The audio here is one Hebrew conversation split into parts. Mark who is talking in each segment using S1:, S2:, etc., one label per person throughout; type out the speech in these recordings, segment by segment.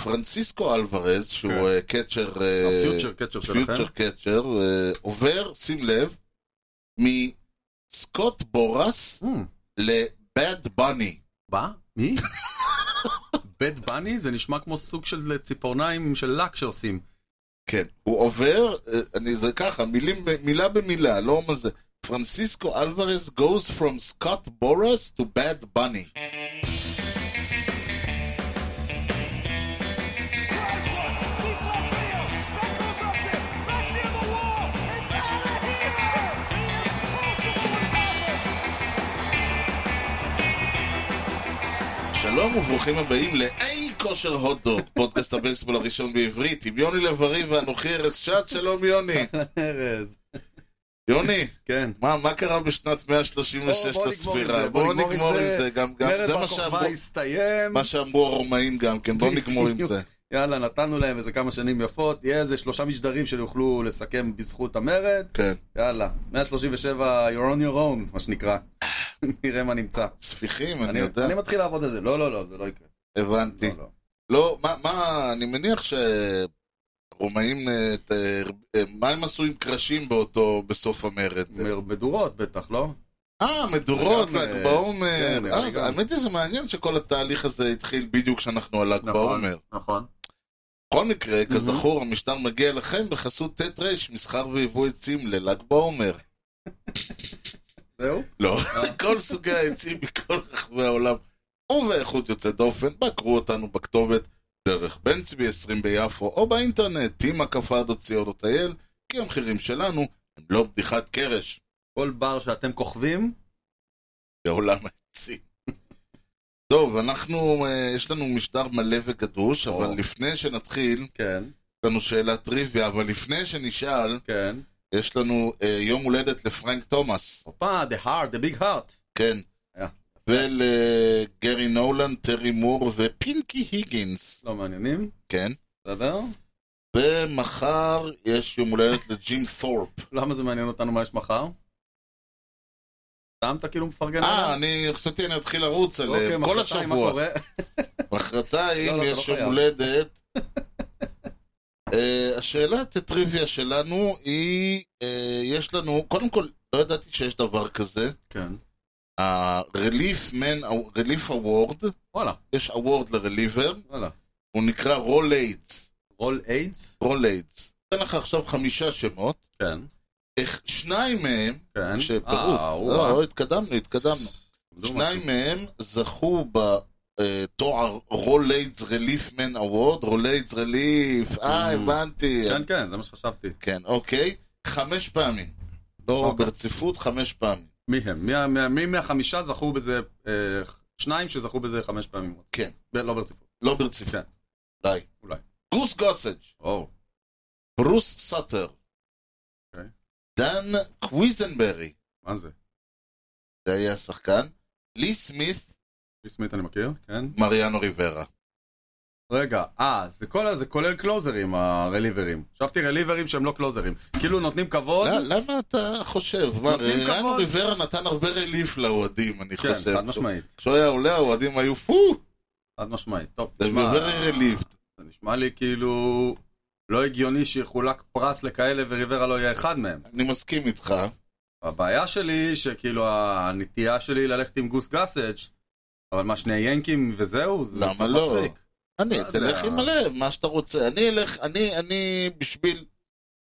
S1: פרנסיסקו אלוורז, שהוא
S2: כן.
S1: אה, קצ'ר... אה,
S2: הפיוטר קצ'ר שלכם.
S1: פיוטר קצ'ר, אה, עובר, שים לב, מסקוט בורס
S2: Hmm,
S1: לבאד בני.
S2: מה? מי? בד בני זה נשמע כמו סוג של ציפורניים של לק שעושים.
S1: כן, הוא עובר, אה, אני זה ככה, מילים, ב- מילה במילה, לא מה זה. פרנסיסקו אלוורז goes from Scott Boras to Bad Bunny.
S3: Drives one, deep left field. That goes up there, back near the wall. It's out of here! The impossible has happened.
S1: שלום וברוכים הבאים לאי כושר הוטדוג, פודקאסט הבייסבול הראשון בעברית, עם יוני לב-ארי ואנוכי ארז שץ, שלום יוני.
S2: ארז.
S1: יוני,
S2: כן.
S1: מה, מה קרה בשנת 136
S2: בוא- בוא נגמור עם
S1: לספירה?
S2: זה,
S1: בואו נגמור עם זה, גם, גם,
S2: מרד
S1: זה מה
S2: בר
S1: שאמרו,
S2: כוכבא הסתיים.
S1: מה שאמרו הרומאים גם כן, בואו נגמור עם זה.
S2: יאללה, נתנו להם איזה כמה שנים יפות. יהיה איזה שלושה משדרים שיוכלו לסכם בזכות המרד.
S1: כן,
S2: יאללה, 137, you're on your own, מה שנקרא. נראה מה נמצא.
S1: ספיחים, אני
S2: אני
S1: יודע,
S2: אני מתחיל לעבוד על זה. לא, לא, לא, זה לא יקרה.
S1: הבנתי.
S2: לא, לא.
S1: לא, מה, מה, אני מניח שרומאים, אה, ת- אה, מה הם עשו עם קרשים באותו, בסוף המרד?
S2: מדורות בטח, לא?
S1: אה, מדורות,
S2: לגמרי.
S1: ל"ג בעומר.
S2: כן,
S1: אה,
S2: לגמרי.
S1: האמת היא, זה מעניין שכל התהליך הזה התחיל בדיוק כשאנחנו על ל"ג בעומר.
S2: נכון.
S1: בכל מקרה,
S2: Mhm.
S1: כזכור, המשטר מגיע לכם בחסות ט' ר' מסחר ויבוא עצים לל"ג בעומר.
S2: זהו?
S1: לא, כל סוגי העצים מכל רחבי העולם ובאיכות יוצאת דופן, בקרו אותנו בכתובת דרך בן צבי 20 ביפו או באינטרנט, טימה כפדו ציונות.il, כי המחירים שלנו הם לא בדיחת קרש
S2: כל בר שאתם כוכבים,
S1: בעולם העצים. טוב, אנחנו, אה, יש לנו משטר מלא וגדוש, אבל
S2: או.
S1: לפני שנתחיל,
S2: כן,
S1: יש לנו שאלת טריוויה, אבל לפני שנשאל,
S2: כן.
S1: יש לנו אה, יום הולדת לפרנק תומאס,
S2: הופה, the heart, the big heart.
S1: כן.
S2: היה.
S1: ולגרי נולן, טרי מור ופינקי היגינס,
S2: לא מעניינים,
S1: כן.
S2: בסדר?
S1: ומחר יש יום הולדת לג'ים תורפ.
S2: למה זה מעניין אותנו מה יש מחר? סתם אתה כאילו מפרגן
S1: אה, אני חשבתי אני אתחיל לרוץ
S2: אוקיי,
S1: עליהם כל
S2: מחרתיים, מה
S1: השבוע.
S2: קורה?
S1: מחרתיים
S2: לא, לא, אתה
S1: יש
S2: לא
S1: יום
S2: חייב.
S1: הולדת. אה, השאלת הטריוויה שלנו היא, אה, יש לנו, קודם כל, לא ידעתי שיש דבר כזה.
S2: כן.
S1: ה-Relief Man, Relief Award,
S2: וואלה,
S1: יש award לרליבר,
S2: וואלה.
S1: הוא נקרא רול איידס.
S2: רול איידס?
S1: רול איידס. אתן לך עכשיו חמישה שמות,
S2: כן,
S1: איך- שניים מהם,
S2: כן.
S1: שפירוט,
S2: אה,
S1: לא,
S2: וואה.
S1: לא, התקדמנו, התקדמנו.
S2: למדו
S1: שניים
S2: משהו.
S1: מהם זכו בתואר רול איידס רליף מן אבוורד, רול איידס רליף, אה,
S2: Mm.
S1: הבנתי.
S2: כן, כן, זה מה שחשבתי.
S1: כן, אוקיי. חמש פעמים. לא
S2: אוקיי.
S1: ברציפות, חמש פעמים.
S2: מי הם? מי ה- מי ה- מי מהחמישה זכו בזה, אה, שניים שזכו בזה חמש פעמים.
S1: כן.
S2: ב- לא ברציפות.
S1: לא ברציפות.
S2: כן.
S1: די.
S2: אולי.
S1: גוס גוסג',
S2: או,
S1: ברוס סאטר,
S2: אוקיי.
S1: דן קוויזנברי,
S2: מה זה?
S1: זה היה השחקן, לי סמית,
S2: מי סמית אני מכיר, כן.
S1: מריאנו ריברה.
S2: רגע, אה, זה כל- זה כולל קלוזרים, הרליברים. חשבתי רליברים שהם לא קלוזרים. כאילו נותנים כבוד,
S1: לא, למה אתה חושב? מה,
S2: נותנים
S1: ריאנו
S2: כבוד.
S1: ריברה נתן הרבה רליף לאוהדים, אני
S2: כן,
S1: חושב.
S2: חד משמעית,
S1: כשהוא היה עולה, האוהדים היו פו!
S2: חד משמעית. טוב,
S1: זה
S2: תשמע,
S1: very relieved.
S2: זה נשמע לי כאילו לא הגיוני שיחולק פרס לכאלה וריברה לא יהיה אחד מהם.
S1: אני מסכים איתך.
S2: הבעיה שלי היא שכאילו הנטייה שלי היא ללכת עם גוס גסג' אבל מה, שני ינקים וזהו? זה
S1: למה
S2: קצת
S1: לא?
S2: מצחיק.
S1: אני,
S2: יודע.
S1: תלך עם הלב, מה שאתה רוצה. אני אלך, אני, אני בשביל...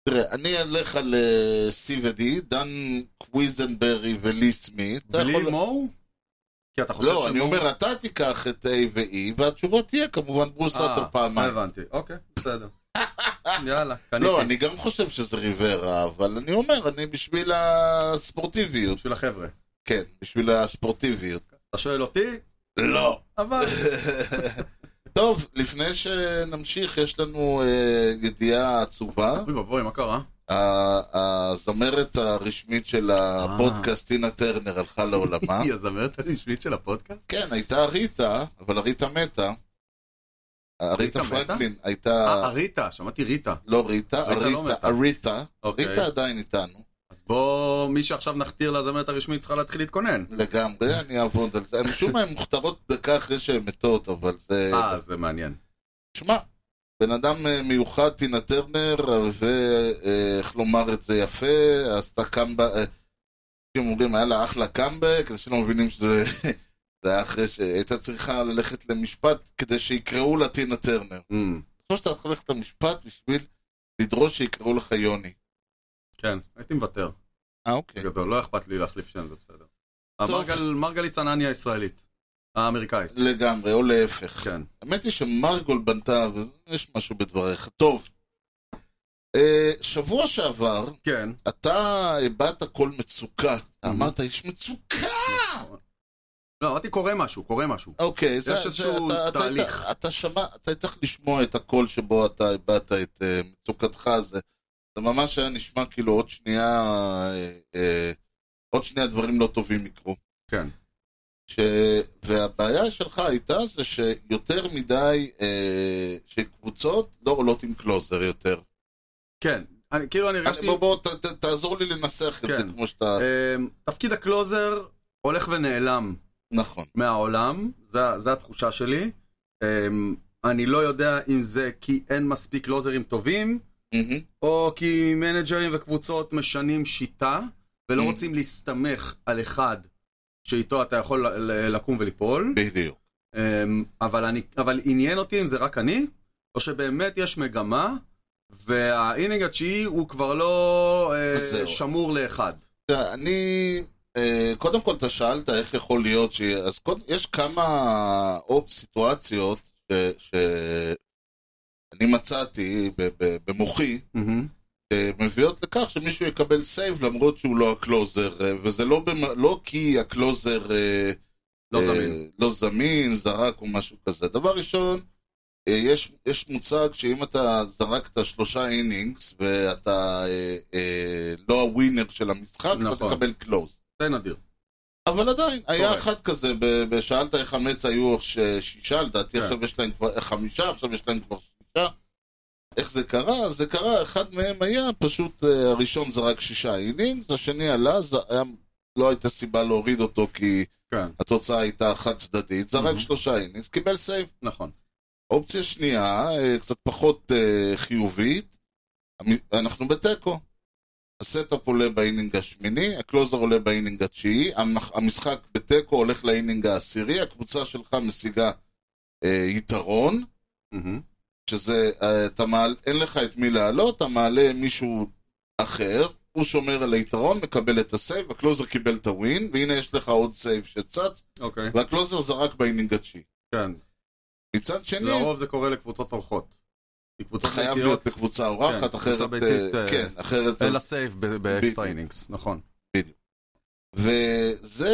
S1: תראה, אני אלך על אה, C ו-D, דן קוויזנברי ולי סמית. אתה
S2: בלי
S1: יכול-
S2: מו? כי אתה חושב
S1: לא, אני
S2: שמו-
S1: אומר, אתה תיקח את A ו-E, והתשובה תהיה כמובן ברוס
S2: אה,
S1: סאטר פעמיים.
S2: הבנתי, אוקיי, בסדר. יאללה, קניתי.
S1: לא, אני גם חושב שזה ריברה, אבל אני אומר, אני בשביל הספורטיביות.
S2: בשביל החבר'ה.
S1: כן, בשביל הספורטיביות.
S2: אתה שואל אותי?
S1: לא.
S2: אבל...
S1: טוב, לפני שנמשיך, יש לנו אה, ידיעה עצובה.
S2: אוי ואבוי, מה קרה?
S1: ה- הזמרת הרשמית של הפודקאסט, טינה טרנר, הלכה לעולמה.
S2: היא הזמרת הרשמית של הפודקאסט?
S1: כן, הייתה אריתה, אבל אריתה מתה. אריתה
S2: מתה?
S1: פרנקלין
S2: אה,
S1: הייתה...
S2: ריטה, שמעתי ריטה.
S1: לא ריטה,
S2: אריתה לא
S1: אריתה,
S2: מתה.
S1: אריתה.
S2: אוקיי.
S1: ריטה עדיין איתנו.
S2: אז בוא, מי שעכשיו נכתיר לזמרת הרשמית צריכה להתחיל להתכונן.
S1: לגמרי, אני אעבוד על זה. משום מה הן מוכתרות דקה אחרי שהן מתות, אבל זה...
S2: אה, זה מעניין.
S1: שמע, בן אדם אה, מיוחד, טינה טרנר, ואיך לומר את זה יפה, עשתה קאמבה... אה, אנשים אומרים, היה לה אחלה קאמבק, אנשים לא מבינים שזה... זה היה אחרי שהייתה צריכה ללכת למשפט כדי שיקראו לה טינה טרנר.
S2: אמ,
S1: בסופו שאתה צריך ללכת למשפט בשביל לדרוש שיקראו לך יוני.
S2: כן, הייתי מוותר.
S1: אה, אוקיי.
S2: בגדול, לא אכפת לי להחליף שם, זה בסדר.
S1: טוב.
S2: המרגל- מרגלית צנני הישראלית. האמריקאית,
S1: לגמרי, או להפך.
S2: כן.
S1: האמת היא שמרגול בנתה, ויש משהו בדבריך. טוב, אה, שבוע שעבר,
S2: כן.
S1: אתה הבעת כל מצוקה.
S2: Mm-hmm.
S1: אמרת, יש מצוקה!
S2: לא, אמרתי קורה משהו, קורה משהו.
S1: אוקיי, זה,
S2: יש
S1: זה-
S2: איזשהו
S1: אתה, אתה,
S2: תהליך.
S1: היית- אתה שמע, אתה צריך לשמוע את הקול שבו אתה הבעת את אה, מצוקתך, זה, זה ממש היה נשמע כאילו עוד שנייה, אה, אה, עוד שנייה דברים לא טובים יקרו.
S2: כן.
S1: ש... והבעיה שלך הייתה זה שיותר מדי, אה, שקבוצות לא עולות עם קלוזר יותר.
S2: כן. אני, כאילו אני
S1: אני,
S2: הרגשתי...
S1: אה, בוא, בוא, ת, ת, תעזור לי לנסח את זה
S2: כן.
S1: כמו שאתה,
S2: אמ, תפקיד הקלוזר הולך ונעלם
S1: נכון.
S2: מהעולם, זה- זה התחושה שלי. אמ, אני לא יודע אם זה כי אין מספיק קלוזרים טובים,
S1: מהמם.
S2: או כי מנג'רים וקבוצות משנים שיטה, ולא
S1: Mm.
S2: רוצים להסתמך על אחד שאיתו אתה יכול ל- ל- לקום וליפול.
S1: בדיוק.
S2: אמ, אבל, אני, אבל עניין אותי אם זה רק אני, או שבאמת יש מגמה, והאינינג התשיעי הוא כבר לא אה,
S1: זהו. אה,
S2: שמור לאחד.
S1: תראה, אני... אה, קודם כל, אתה שאלת איך יכול להיות ש... אז קוד... יש כמה אופ סיטואציות ש... שאני מצאתי ב... ב... במוחי,
S2: מהמם.
S1: שמביאות לכך שמישהו יקבל סייב למרות שהוא לא הקלוזר, אה, וזה לא, במ... לא כי הקלוזר אה,
S2: לא
S1: אה,
S2: זמין.
S1: לא זמין, זרק או משהו כזה. דבר ראשון, אה, יש, יש מוצג שאם אתה זרקת שלושה אינינגס ואתה אה, אה, לא הווינר של המשחק, אתה
S2: נכון.
S1: תקבל קלוז.
S2: זה נדיר.
S1: אבל עדיין, היה
S2: קורה.
S1: אחד כזה, ב- בשאלת איך המץ היו ש- שישה, לדעתי
S2: כן.
S1: עכשיו יש להם כבר אה, חמישה, עכשיו יש להם כבר שישה. איך זה קרה? זה קרה, אחד מהם היה פשוט, אה, הראשון זרק שישה אינינגס, השני עלה, זה היה, לא הייתה סיבה להוריד אותו כי...
S2: כן,
S1: התוצאה הייתה חד צדדית, זרק
S2: מהמם.
S1: שלושה אינינגס, קיבל סייב.
S2: נכון.
S1: אופציה שנייה, אה, קצת פחות אה, חיובית, המ- אנחנו בתיקו. הסטאפ עולה באינינג השמיני, הקלוזר עולה באינינג התשיעי, המח- המשחק בתיקו הולך לאינינג העשירי, הקבוצה שלך משיגה אה, יתרון,
S2: מהמם.
S1: שזה, אה, אתה מעל, אין לך את מי לעלות, אתה מעלה מישהו אחר, הוא שומר על היתרון, מקבל את הסייב, הקלוזר קיבל את הווין, והנה יש לך עוד סייב שצץ,
S2: אוקיי,
S1: והקלוזר זרק באינינג התשיעי.
S2: כן.
S1: מצד שני,
S2: לרוב זה קורה לקבוצות אורחות. כי קבוצות
S1: חייב
S2: ביתיות
S1: להיות לקבוצה אורחת,
S2: כן,
S1: אחרת...
S2: קבוצה ביתית,
S1: אה,
S2: אה,
S1: כן, אחרת...
S2: אין לה סייף ב-
S1: בדיוק.
S2: באקסטרה אינינגס, נכון.
S1: וזה...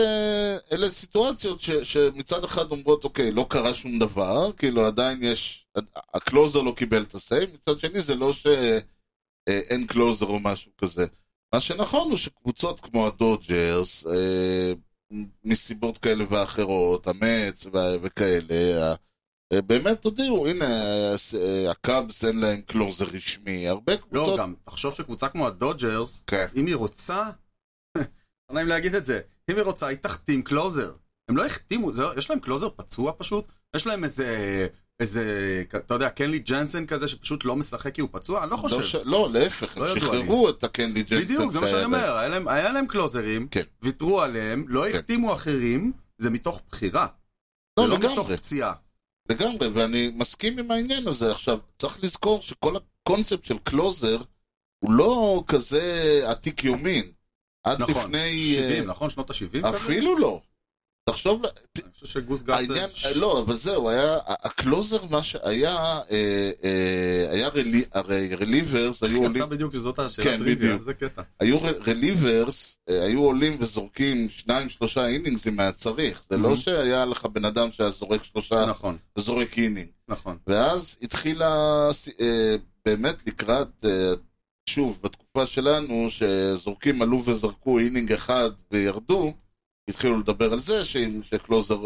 S1: אלה סיטואציות ש, שמצד אחד אומרות, אוקיי, לא קרה שום דבר, כאילו עדיין יש... הקלוזר לא קיבל את הסייב, מצד שני זה לא שאין קלוזר או משהו כזה. מה שנכון הוא שקבוצות כמו הדודג'רס, אה, מסיבות כאלה ואחרות, המץ ו- וכאלה, ה- אה, באמת הודיעו, הנה, אה, ס- אה, הקאבס אין להם קלוזר רשמי, הרבה
S2: לא,
S1: קבוצות...
S2: גם, תחשוב שקבוצה כמו הדודג'רס,
S1: כן.
S2: אם היא רוצה, לא נעים להגיד את זה, אם היא רוצה, היא תחתים קלוזר. הם לא החתימו, זה לא- יש להם קלוזר פצוע פשוט? יש להם איזה, איזה, אתה יודע, קנלי ג'נסן כזה שפשוט לא משחק כי הוא פצוע? אני לא
S1: לא,
S2: חושב.
S1: ש... לא, להפך, הם
S2: לא ידוע
S1: שחררו את הקנדי ג'קסון.
S2: בדיוק, זה מה
S1: שהיה
S2: שאני
S1: להם.
S2: אומר, היה להם- היה להם קלוזרים,
S1: כן.
S2: ויתרו עליהם, לא
S1: כן.
S2: החתימו אחרים, זה מתוך בחירה.
S1: לא,
S2: זה לא מתוך
S1: לגמרי,
S2: פציעה.
S1: לגמרי, ואני מסכים עם העניין הזה. עכשיו, צריך לזכור שכל הקונספט של קלוזר הוא לא כזה עתיק יומין. עד
S2: נכון,
S1: לפני...
S2: 70,
S1: אה,
S2: נכון? שנות ה-70 כזה?
S1: אפילו לא. תחשוב,
S2: אני חושב שגוס
S1: העניין,
S2: גסה...
S1: לא, אבל זהו, היה, הקלוזר מה שהיה, אה, אה, היה רלי, הרי רליברס היו עולים
S2: יצא בדיוק שזאת
S1: כן,
S2: השאלה טריוויה,
S1: בדיוק.
S2: זה קטע.
S1: היו ר- רליברס, אה, היו עולים וזורקים שניים, שלושה אינינגסים מהצריך. זה לא
S2: Mhm.
S1: שהיה לך בן אדם שהיה זורק שלושה,
S2: נכון,
S1: זורק אינינג.
S2: נכון.
S1: ואז התחילה, ס- אה, באמת לקראת, אה, שוב, בתקופה שלנו, שזורקים עלו וזרקו אינינג אחד וירדו, התחילו לדבר על זה, שאם- שקלוזר,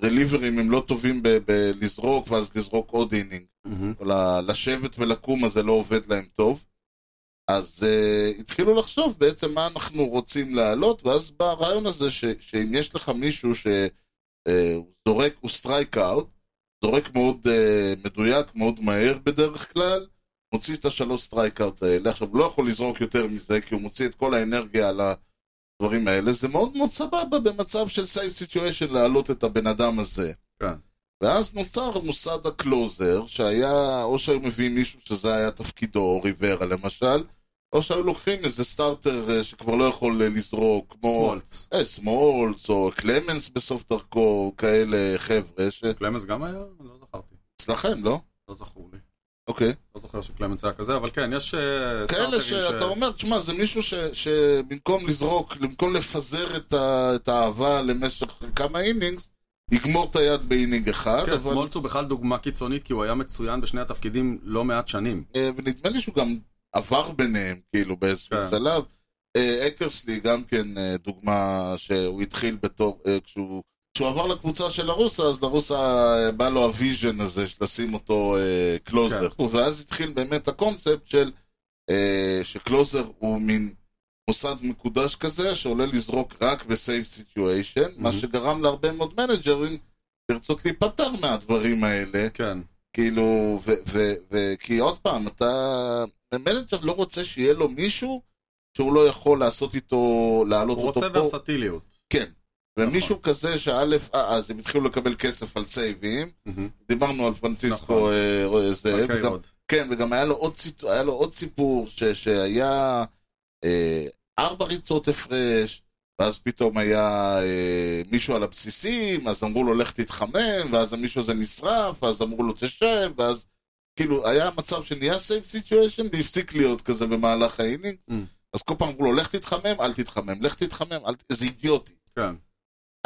S1: שרליברים הם לא טובים ב- בלזרוק, ואז לזרוק עוד אינינג.
S2: מהמם.
S1: ל- לשבת ולקום אז זה לא עובד להם טוב. אז uh, התחילו לחשוב בעצם מה אנחנו רוצים להעלות, ואז בא אה, הרעיון הזה ש, שאם יש לך מישהו שהוא uh, זורק, הוא סטרייק אאוט, זורק מאוד אה, מדויק, מאוד מהר בדרך כלל, מוציא את השלוש סטרייקאוט האלה. עכשיו, הוא לא יכול לזרוק יותר מזה, כי הוא מוציא את כל האנרגיה על הדברים האלה. זה מאוד מאוד סבבה במצב של סייב סיטואשן להעלות את הבן אדם הזה.
S2: כן.
S1: ואז נוצר מוסד הקלוזר, שהיה, או שהיו מביאים מישהו שזה היה תפקידו, או ריברה למשל, או שהיו לוקחים איזה סטארטר אה, שכבר לא יכול אה, לזרוק, כמו...
S2: סמולץ.
S1: אה, סמולס או קלמנס בסוף דרכו, כאלה חבר'ה
S2: קלמנס גם היה? לא זכרתי.
S1: שאצלכם, לא?
S2: לא זכור לי.
S1: אוקיי.
S2: לא זוכר שקלמנס היה כזה, אבל כן, יש אה, סטארטרים
S1: כאלה שאתה אומר, תשמע, זה מישהו ש- שבמקום לזרוק, במקום לפזר את ה- את האהבה למשך כמה אינינגס, יגמור את היד באינינג אחד,
S2: כן,
S1: אבל...
S2: סמולץ הוא בכלל דוגמה קיצונית, כי הוא היה מצוין בשני התפקידים לא מעט שנים.
S1: אה, ונדמה לי שהוא גם עבר ביניהם, כאילו, באיזשהו
S2: כן.
S1: שלב. אה, אקרסלי גם כן אה, דוגמה שהוא התחיל בתור, אה, כשהוא, כשהוא עבר לקבוצה של הרוסה, אז לרוסה אה, בא לו הוויז'ן הזה של לשים אותו אה, קלוזר. ואז התחיל באמת הקונספט של אה, שקלוזר הוא מין מוסד מקודש כזה, שעולה לזרוק רק בסייב סיטואשן, מה
S2: Mhm.
S1: שגרם להרבה מאוד מנג'רים לרצות להיפטר מהדברים האלה.
S2: כן,
S1: כאילו, ו- ו- ו- כי עוד פעם, אתה... מנג'ר לא רוצה שיהיה לו מישהו שהוא לא יכול לעשות איתו, להעלות
S2: הוא
S1: אותו
S2: רוצה נכון.
S1: פה. כן.
S2: ורסטיליות.
S1: ומישהו כזה שא', אה, אז הם התחילו לקבל כסף על סייבים.
S2: מהמם.
S1: דיברנו על פרנסיסקו
S2: נכון.
S1: אה, רואה זה.
S2: מלכי
S1: וגם-
S2: הוד.
S1: כן, וגם היה לו עוד, סיט... היה לו עוד סיפור ש... שהיה אה, ארבע ריצות הפרש, ואז פתאום היה אה, מישהו על הבסיסים, אז אמרו לו לך תתחמם, ואז המישהו הזה נשרף, ואז אמרו לו תשב, ואז כאילו היה מצב שנהיה סייב סיטואשן והפסיק להיות כזה במהלך האינינג,
S2: Mm.
S1: אז כל פעם אמרו לו לך תתחמם, אל תתחמם, לך תתחמם, אל... ת-" זה אידיוטי.
S2: כן,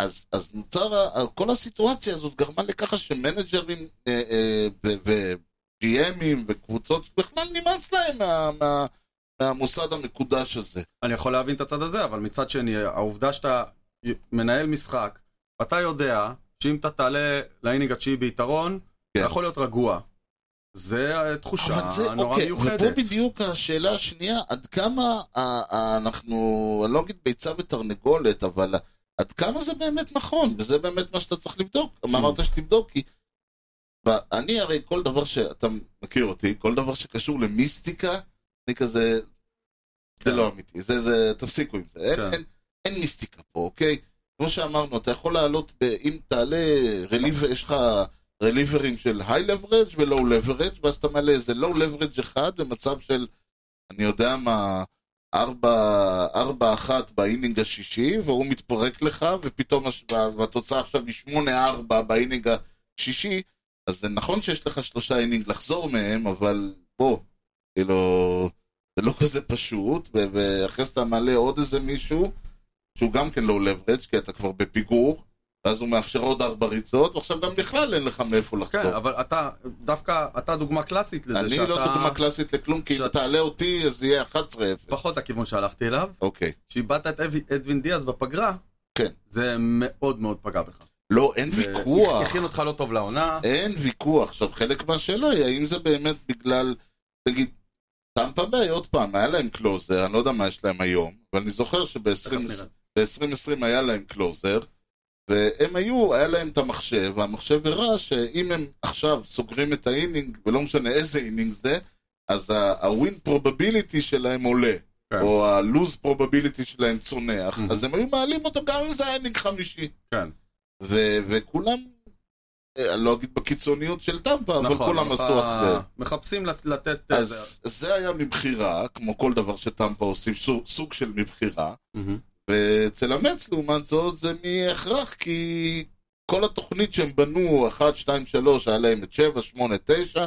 S1: אז, אז נוצר, ה- ה- כל הסיטואציה הזאת גרמה לככה שמנג'רים אה, אה, ו- ו-GMים וקבוצות, בכלל נמאס להם מה, מה, מהמוסד המקודש הזה.
S2: אני יכול להבין את הצד הזה, אבל מצד שני, העובדה שאתה מנהל משחק, ואתה יודע שאם אתה תעלה לאינינג התשיעי ביתרון,
S1: כן.
S2: אתה יכול להיות רגוע. זה אה, תחושה
S1: אבל זה,
S2: נורא
S1: אוקיי, ופה
S2: מיוחדת.
S1: בדיוק השאלה השנייה, עד כמה ה- ה- אנחנו, אני לא אגיד ביצה ותרנגולת, אבל עד כמה זה באמת נכון, וזה באמת מה שאתה צריך לבדוק,
S2: Mm.
S1: מה אמרת שתבדוק, כי... ב- אני הרי כל דבר שאתה מכיר אותי, כל דבר שקשור למיסטיקה, אני כזה, זה
S2: כן.
S1: לא אמיתי, זה, זה, תפסיקו עם זה, אין,
S2: כן.
S1: אין, אין מיסטיקה פה, אוקיי? כמו שאמרנו, אתה יכול לעלות, ב, אם תעלה, רליב, יש לך רליברים של היי לברג' ולואו לברג', ואז אתה מעלה איזה לואו לברג' אחד במצב של, אני יודע מה, ארבע, ארבע אחת באינינג השישי, והוא מתפרק לך, ופתאום, הש- וה- והתוצאה עכשיו היא שמונה ארבע באינינג השישי, אז זה נכון שיש לך שלושה אינינג לחזור מהם, אבל בוא, כאילו, זה לא כזה פשוט, ו- ואחרי זה אתה מעלה עוד איזה מישהו, שהוא גם כן לא לברג' כי אתה כבר בפיגור, ואז הוא מאפשר עוד ארבע ריצות, ועכשיו גם בכלל אין לך מאיפה לחזור.
S2: כן, אבל אתה, דווקא אתה דוגמה קלאסית לזה,
S1: אני
S2: שאתה...
S1: לא דוגמה קלאסית לכלום, כי אם
S2: שאתה-
S1: תעלה אותי, אז יהיה 11-0.
S2: פחות הכיוון שהלכתי אליו,
S1: אוקיי.
S2: שאיבדת את אב- אדווין דיאז בפגרה,
S1: כן.
S2: זה מאוד מאוד פגע בך.
S1: לא, אין
S2: זה
S1: ויכוח. אה,
S2: הכין אותך לא טוב לעונה,
S1: אין ויכוח. עכשיו, חלק מהשאלה היא, האם זה באמת בגלל, תגיד, טמפה ביי, עוד פעם, היה להם קלוזר, אני לא יודע מה יש להם היום, אבל אני זוכר
S2: תכף
S1: שב-2020
S2: נראה.
S1: ב-2020 היה להם קלוזר, והם היו, היה להם את המחשב, והמחשב הראה שאם הם עכשיו סוגרים את האינינג, ולא משנה איזה אינינג זה, אז הווין פרובביליטי שלהם עולה,
S2: כן.
S1: או הלוז פרובביליטי שלהם צונח,
S2: Mhm.
S1: אז הם היו מעלים אותו גם אם זה היה אינינג חמישי.
S2: כן.
S1: ו- וכולם, אה, אני לא אגיד בקיצוניות של טמפה, אבל כולם
S2: אתה-
S1: עשו אחרי.
S2: נכון, מחפשים לצ- לתת... איזה-
S1: אז זה היה מבחירה, כמו כל דבר שטמפה עושים, סוג- סוג של מבחירה.
S2: אה, מהמם.
S1: ואצל המץ, לעומת זאת, זה מהכרח, כי כל התוכנית שהם בנו, 1, 2, 3, היה להם את 7, 8, 9,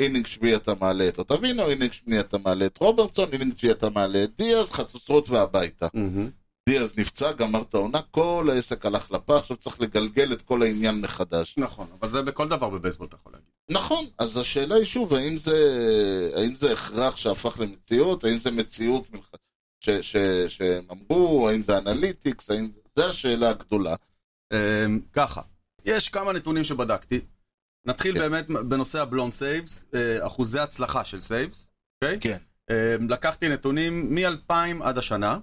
S1: אינינג שביעי אתה מעלה את אוטבינו, אינינג שני אתה מעלה את רוברטסון, אינינג שני אתה מעלה את דיאז, חצוצרות והביתה.
S2: מהמם.
S1: דיאז נפצע, גמר את העונה, כל העסק הלך לפח, עכשיו צריך לגלגל את כל העניין מחדש.
S2: נכון, אבל זה בכל דבר בבייסבול אתה יכול להגיד.
S1: נכון, אז השאלה היא שוב, האם זה, האם זה הכרח שהפך למציאות? האם זה מציאות מלח... ש, ש, שהם אמרו? האם זה אנליטיקס? האם... זה השאלה הגדולה.
S2: אמ, ככה, יש כמה נתונים שבדקתי. נתחיל
S1: כן.
S2: באמת בנושא הבלון סייבס, אה, אחוזי הצלחה של סייבס, אוקיי?
S1: כן.
S2: אמ, לקחתי נתונים מ-2000 עד השנה.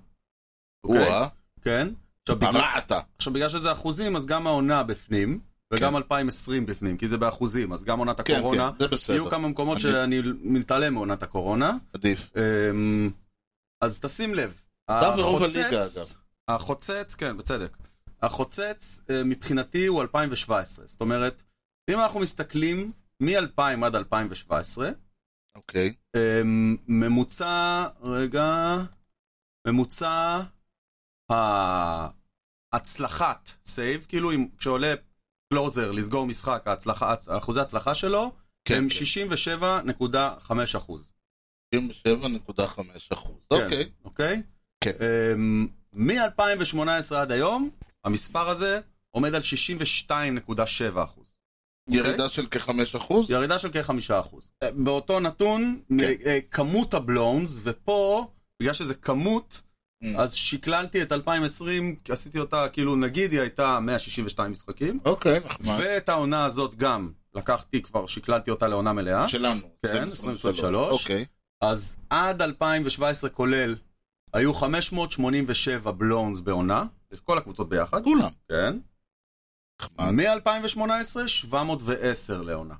S1: או-אה,
S2: כן. עכשיו, בגלל-
S1: פרעת. כן,
S2: עכשיו, בגלל שזה אחוזים, אז גם העונה בפנים. וגם 2020 בפנים, כי זה באחוזים, אז גם עונת
S1: כן,
S2: הקורונה.
S1: כן, זה בסדר.
S2: יהיו כמה מקומות
S1: אני-
S2: שאני מתעלם מעונת הקורונה.
S1: עדיף.
S2: אמ, אז תשים לב.
S1: אתה ורוב
S2: החוצץ-
S1: הליגה, אגב.
S2: החוצץ, כן, בצדק. החוצץ אה, מבחינתי הוא 2017. זאת אומרת, אם אנחנו מסתכלים מ-2000 עד 2017,
S1: אוקיי.
S2: אמ, ממוצע, רגע, ממוצע ההצלחת סייב, כאילו אם כשעולה קלוזר לסגור משחק, ההצלחה, אחוזי ההצלחה שלו
S1: כן,
S2: הם
S1: כן.
S2: 67.5 אחוז,
S1: 67.5 אחוז.
S2: כן.
S1: אוקיי.
S2: אוקיי? אמ,
S1: כן.
S2: מ-2018 עד היום, המספר הזה עומד על 62.7 אחוז. אוקיי.
S1: ירידה של כ-5 אחוז?
S2: ירידה של כ-5%. אה, באותו נתון,
S1: כן.
S2: מ- אה, כמות הבלונס, ופה, בגלל שזה כמות,
S1: Mm.
S2: אז שקללתי את 2020, עשיתי אותה, כאילו נגיד היא הייתה 162 משחקים,
S1: אוקיי, נחמד.
S2: ואת העונה הזאת גם לקחתי כבר, שקללתי אותה לעונה מלאה,
S1: שלנו.
S2: כן, 2023.
S1: אוקיי.
S2: אז עד 2017 כולל, היו 587 בלונס בעונה, יש כל הקבוצות ביחד,
S1: כולם.
S2: כן.
S1: נחמד.
S2: מ-2018, 710 לעונה.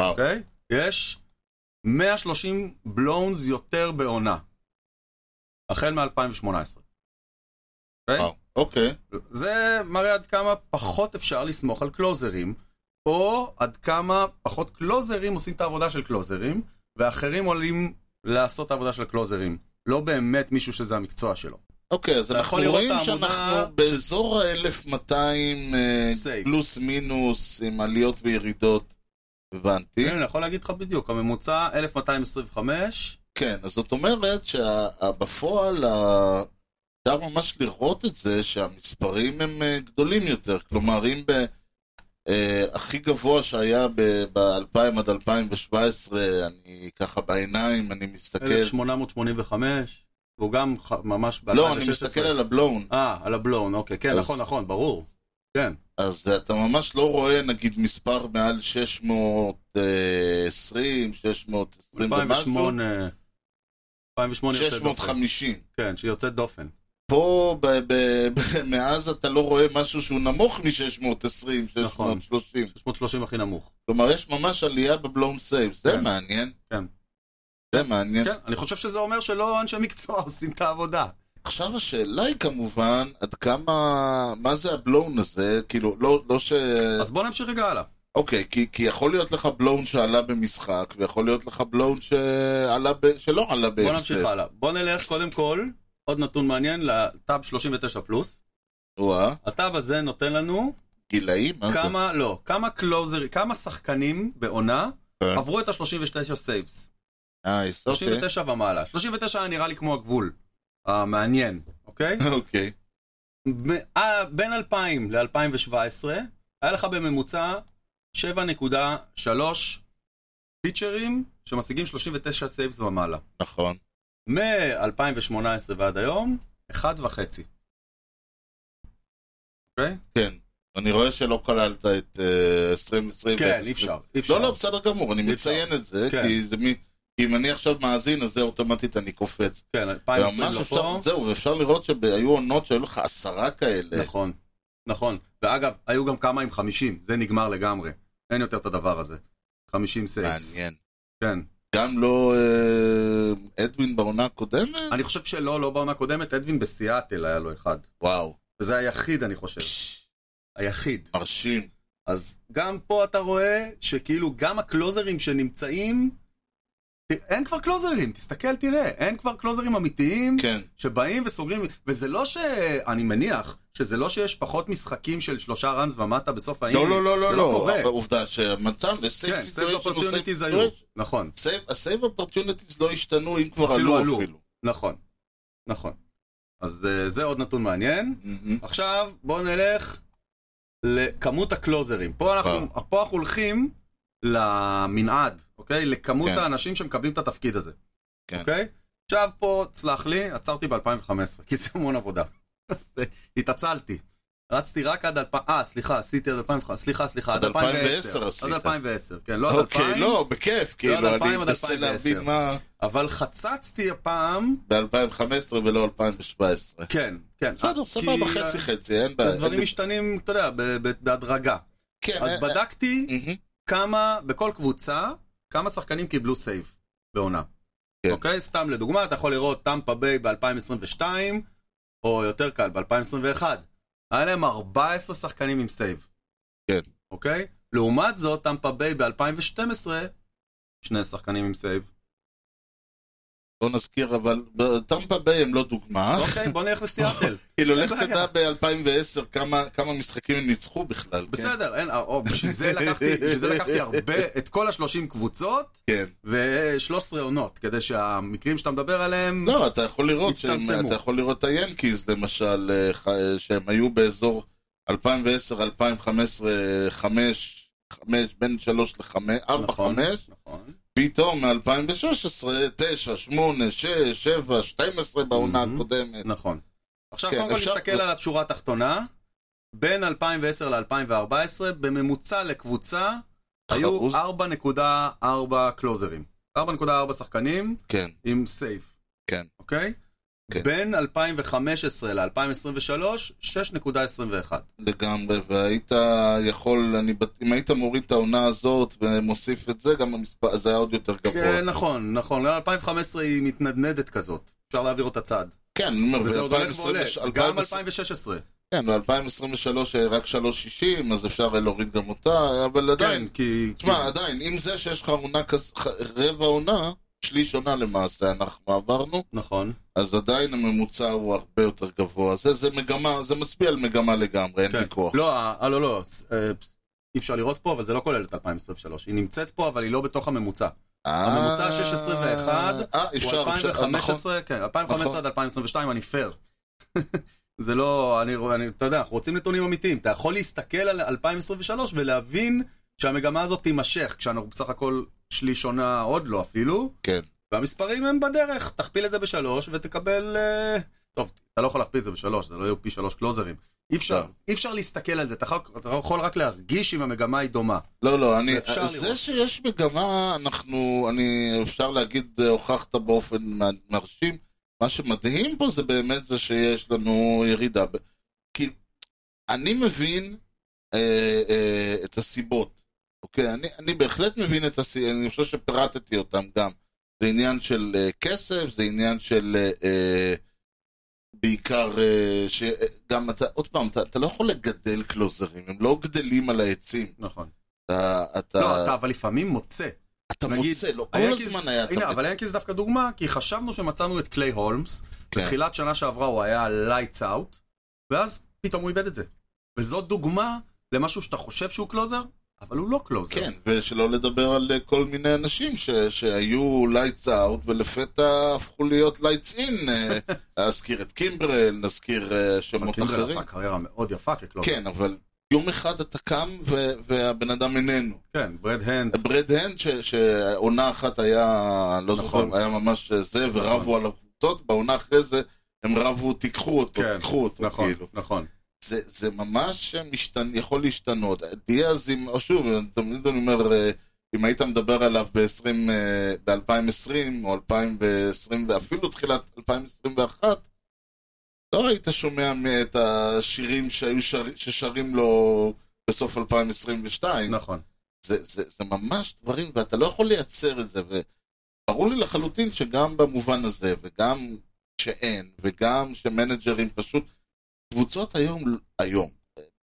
S1: וואו.
S2: אוקיי? יש 130 בלונס יותר בעונה. החל מ-2018.
S1: וואו. אוקיי.
S2: זה מראה עד כמה פחות אפשר לסמוך על קלוזרים, או עד כמה פחות קלוזרים עושים את העבודה של קלוזרים, ואחרים עולים לעשות את העבודה של קלוזרים. לא באמת מישהו שזה המקצוע שלו.
S1: אוקיי, אז
S2: אתה
S1: אנחנו
S2: יכול לראות
S1: רואים
S2: את העמודה-
S1: שאנחנו באזור ה-1200 אה,
S2: Saves.
S1: פלוס מינוס עם עליות וירידות. הבנתי.
S2: כן, אני יכול להגיד לך בדיוק, הממוצע 1225,
S1: כן, אז זאת אומרת שבפועל ה- אפשר ממש לראות את זה שהמספרים הם אה, גדולים יותר. כלומר, אם ב... אה, הכי גבוה שהיה ב-2000 עד 2017, אני ככה בעיניים, אני מסתכל...
S2: 1885, והוא גם ח- ממש ב-2016.
S1: לא, אני מסתכל על הבלון,
S2: אה, על הבלון, אוקיי. כן,
S1: אז-
S2: נכון, נכון, ברור. כן.
S1: אז אתה ממש לא רואה, נגיד, מספר מעל 620, 620 ומשהו,
S2: 2008, 2008 יוצא דופן.
S1: 650.
S2: כן, שהיא יוצאת דופן.
S1: פה, ב- ב- ב- מאז אתה לא רואה משהו שהוא נמוך מ-620, 630.
S2: נכון. 630 הכי נמוך.
S1: כלומר, יש ממש עלייה בבלום סייב. זה
S2: כן.
S1: מעניין.
S2: כן.
S1: זה מעניין.
S2: כן, אני חושב שזה אומר שלא אנשי מקצוע עושים את העבודה.
S1: עכשיו השאלה היא כמובן, עד כמה... מה זה הבלון הזה? כאילו, לא, לא ש...
S2: אז בוא נמשיך רגע הלאה.
S1: אוקיי, כי, כי יכול להיות לך בלון שעלה במשחק, ויכול להיות לך בלון שעלה ב... שלא עלה בהפסד.
S2: בוא נמשיך הלאה. בוא נלך קודם כל, עוד נתון מעניין, לטאב 39 פלוס.
S1: וואה,
S2: הטאב הזה נותן לנו
S1: גילאי? מה זה?
S2: כמה, לא, כמה קלוזר, כמה שחקנים בעונה
S1: כן.
S2: עברו את ה-39 סייבס.
S1: נייס, אוקיי.
S2: 39 ומעלה. 39 היה נראה לי כמו הגבול. המעניין, אוקיי?
S1: אוקיי.
S2: ב- אה, בין 2000 ל-2017, היה לך בממוצע 7.3 פיצ'רים שמשיגים 39 סייבס ומעלה.
S1: נכון.
S2: מ-2018 ועד היום, 1.5. אוקיי?
S1: כן. אני רואה שלא כללת את אה, 2020.
S2: כן,
S1: ואת
S2: אי אפשר,
S1: 20.
S2: אי אפשר.
S1: לא, לא, בסדר גמור, אני
S2: אי
S1: מציין את זה,
S2: כן.
S1: כי זה מי... כי אם אני עכשיו מאזין, אז זה אוטומטית אני קופץ.
S2: כן, 2020
S1: ממש
S2: לא
S1: אפשר,
S2: פה.
S1: זהו, ואפשר לראות שהיו עונות שהיו לך עשרה כאלה.
S2: נכון, נכון. ואגב, היו גם כמה עם 50, זה נגמר לגמרי. אין יותר את הדבר הזה. 50 סייבס.
S1: מעניין.
S2: כן.
S1: גם לא אה, אדווין בעונה הקודמת?
S2: אני חושב שלא, לא בעונה הקודמת, אדווין בסיאטל היה לו אחד.
S1: וואו,
S2: וזה היחיד, אני חושב. היחיד.
S1: מרשים.
S2: אז גם פה אתה רואה שכאילו גם הקלוזרים שנמצאים, ת- אין כבר קלוזרים, תסתכל, תראה. אין כבר קלוזרים אמיתיים
S1: כן,
S2: שבאים וסוגרים, וזה לא ש... אני מניח שזה לא שיש פחות משחקים של שלושה ראנס ומטה בסוף האינג.
S1: לא, לא, לא, לא,
S2: זה לא קורה.
S1: לא, עובדה שמצאנו, יש סייב
S2: כן, סייב אופורטיוניטיז היו. נכון,
S1: הסייב אופורטיוניטיז לא השתנו, אם כבר עלו
S2: אפילו עלו.
S1: אפילו.
S2: נכון, נכון. אז אה, זה עוד נתון מעניין.
S1: מהמם.
S2: עכשיו בואו נלך לכמות הקלוזרים. פה
S1: אה.
S2: אנחנו, פה אנחנו הולכים למנעד, אוקיי? לכמות
S1: כן.
S2: האנשים שמקבלים את התפקיד הזה.
S1: כן.
S2: אוקיי? עכשיו פה, סלח לי, עצרתי ב-2015, כי זה המון עבודה. אז, אה, התעצלתי. רצתי רק עד 2000, אה, סליחה, עשיתי עד 2005, סליחה, סליחה,
S1: עד 2010 עשית.
S2: עד 2010, כן, לא עד
S1: אוקיי,
S2: 2000,
S1: לא, בכיף,
S2: עד
S1: כאילו, אני
S2: 2000, עד
S1: מנסה
S2: 2010.
S1: להבין מה...
S2: אבל חצצתי הפעם,
S1: ב-2015 ולא 2017.
S2: כן, כן.
S1: בסדר,
S2: כי
S1: סבבה, חצי חצי, אין בעיה. אין
S2: הדברים
S1: לי-
S2: משתנים, אתה יודע, ב- ב- בהדרגה.
S1: כן,
S2: אז
S1: אה,
S2: בדקתי
S1: אה, אה,
S2: כמה, בכל קבוצה, כמה שחקנים קיבלו סייב בעונה.
S1: כן.
S2: אוקיי? סתם לדוגמה, אתה יכול לראות טמפה ביי ב-2022, או יותר קל, ב-2021. היה להם 14 שחקנים עם סייב.
S1: כן.
S2: אוקיי? לעומת זאת, טמפה ביי ב-2012, שני שחקנים עם סייב.
S1: בוא נזכיר, אבל ב- טמפה ביי הם לא דוגמה.
S2: אוקיי, בוא נלך לסיאטל.
S1: כאילו,
S2: אין
S1: לך
S2: בעיה.
S1: תדע ב-2010 כמה כמה משחקים הם ניצחו בכלל. כן?
S2: בסדר, אין, או, בשביל זה לקחתי, בשביל זה לקחתי הרבה, את כל השלושים קבוצות,
S1: כן.
S2: ו-13 עונות, כדי שהמקרים שאתה מדבר עליהם...
S1: לא, אתה יכול לראות שהם,
S2: הצטמצמו.
S1: אתה יכול לראות את היאנקיז למשל, אה, ח- אה, שהם היו באזור 2010, 2015, 5, 5, בין 3 ל-5, 4,
S2: נכון,
S1: 5,
S2: נכון.
S1: פתאום מ-2016, 9, 8, 6, 7, 12 בעונה
S2: Mhm.
S1: הקודמת.
S2: נכון. עכשיו
S1: כן,
S2: קודם כל
S1: אפשר-
S2: נסתכל על השורה התחתונה. בין 2010 ל-2014, בממוצע לקבוצה, היו
S1: חרוז.
S2: 4.4 קלוזרים. 4.4 שחקנים
S1: כן,
S2: עם סייף.
S1: כן.
S2: אוקיי?
S1: כן.
S2: בין 2015 ל-2023, 6.21.
S1: לגמרי, והיית יכול, אני, בט- אם היית מוריד את העונה הזאת ומוסיף את זה, גם המספר, זה היה עוד יותר גבוה.
S2: כן, נכון, נכון. 2015 היא מתנדנדת כזאת. אפשר להעביר אותה צד.
S1: כן, אני אומר,
S2: וזה עוד הולך ועולה. גם
S1: ב-2023
S2: 2016.
S1: כן, ב-2023 אה, רק 360, אז אפשר להוריד גם אותה, אבל
S2: כן,
S1: עדיין,
S2: כי...
S1: תשמע,
S2: כי-
S1: עדיין, עם זה שיש לך עונה כז... ח- רבע עונה, שליש עונה למעשה אנחנו עברנו,
S2: נכון.
S1: אז עדיין הממוצע הוא הרבה יותר גבוה. זה, זה מגמה, זה מצביע על מגמה לגמרי, אין
S2: כן.
S1: ויכוח.
S2: לא, אה, לא, לא, אה, אי אפשר לראות פה, אבל זה לא כולל את 2023. היא נמצאת פה, אבל היא לא בתוך הממוצע.
S1: אה,
S2: הממוצע 6.21,
S1: אה,
S2: הוא
S1: אפשר, אפשר, אה, נכון.
S2: 2015, כן, 2015
S1: נכון.
S2: עד 2022, אני פייר. זה לא, אני, רוא- אני, אתה יודע, אנחנו רוצים נתונים אמיתיים. אתה יכול להסתכל על 2023 ולהבין שהמגמה הזאת תימשך, כשאנחנו בסך הכל שליש עונה עוד לא אפילו,
S1: כן.
S2: והמספרים הם בדרך. תכפיל את זה בשלוש ותקבל... אה, טוב, אתה לא יכול להכפיל את זה בשלוש, זה לא יהיו פי שלוש קלוזרים. אי אפשר,
S1: לא.
S2: אי אפשר להסתכל על זה, אתה יכול- אתה יכול רק להרגיש אם המגמה היא דומה.
S1: לא, לא, אני...
S2: אפשר
S1: זה
S2: לראות.
S1: שיש מגמה, אנחנו... אני... אפשר להגיד, אה, הוכחת באופן מ- מרשים. מה שמדהים פה זה באמת זה שיש לנו ירידה. ב- כי אני מבין אה, אה, את הסיבות, אוקיי? אני, אני בהחלט מבין את הסיבות, אני חושב שפירטתי אותם גם. זה עניין של אה, כסף, זה עניין של... אה, אה, בעיקר, אה, שגם אתה, עוד פעם, אתה, אתה לא יכול לגדל קלוזרים, הם לא גדלים על העצים.
S2: נכון.
S1: אתה, אתה,
S2: לא, אתה אבל לפעמים מוצא.
S1: אתה
S2: נגיד,
S1: מוצא, לא, כל
S2: היאנקיז-
S1: הזמן היה
S2: הנה, אבל
S1: מוצא.
S2: ינקיז דווקא דוגמה, כי חשבנו שמצאנו את קליי הולמס,
S1: כן.
S2: בתחילת שנה שעברה הוא היה לייטס אאוט, ואז פתאום הוא איבד את זה. וזאת דוגמה למשהו שאתה חושב שהוא קלוזר, אבל הוא לא קלוזר.
S1: כן, ושלא לדבר על אה, כל מיני אנשים ש, שהיו לייטס אאוט ולפתע הפכו להיות לייטס אין. נזכיר את קימברל, נזכיר אה,
S2: אבל
S1: שמות
S2: קינגל
S1: אחרים.
S2: עשה קריירה מאוד יפה כקלוזר.
S1: כן, אבל יום אחד אתה קם ו, והבן אדם איננו.
S2: כן, ברד הנד.
S1: ברד הנד, ש- שעונה אחת היה, לא
S2: נכון.
S1: זוכר, היה ממש אה, זה,
S2: נכון.
S1: ורבו עליו קבוצות, בעונה אחרי זה הם רבו, תיקחו אותו,
S2: כן,
S1: תיקחו אותו,
S2: נכון,
S1: כאילו.
S2: נכון.
S1: זה, זה ממש משתנ... יכול להשתנות. דיאז, אם, או שוב, תמיד אני אומר, אה, אם היית מדבר עליו ב-20, ב-2020, או 2020, ואפילו תחילת 2021, לא היית שומע מ- את השירים שהיו שר... ששרים לו בסוף 2022.
S2: נכון.
S1: זה, זה, זה ממש דברים, ואתה לא יכול לייצר את זה. וברור לי לחלוטין שגם במובן הזה, וגם שאין, וגם שמנג'רים פשוט... קבוצות היום, היום,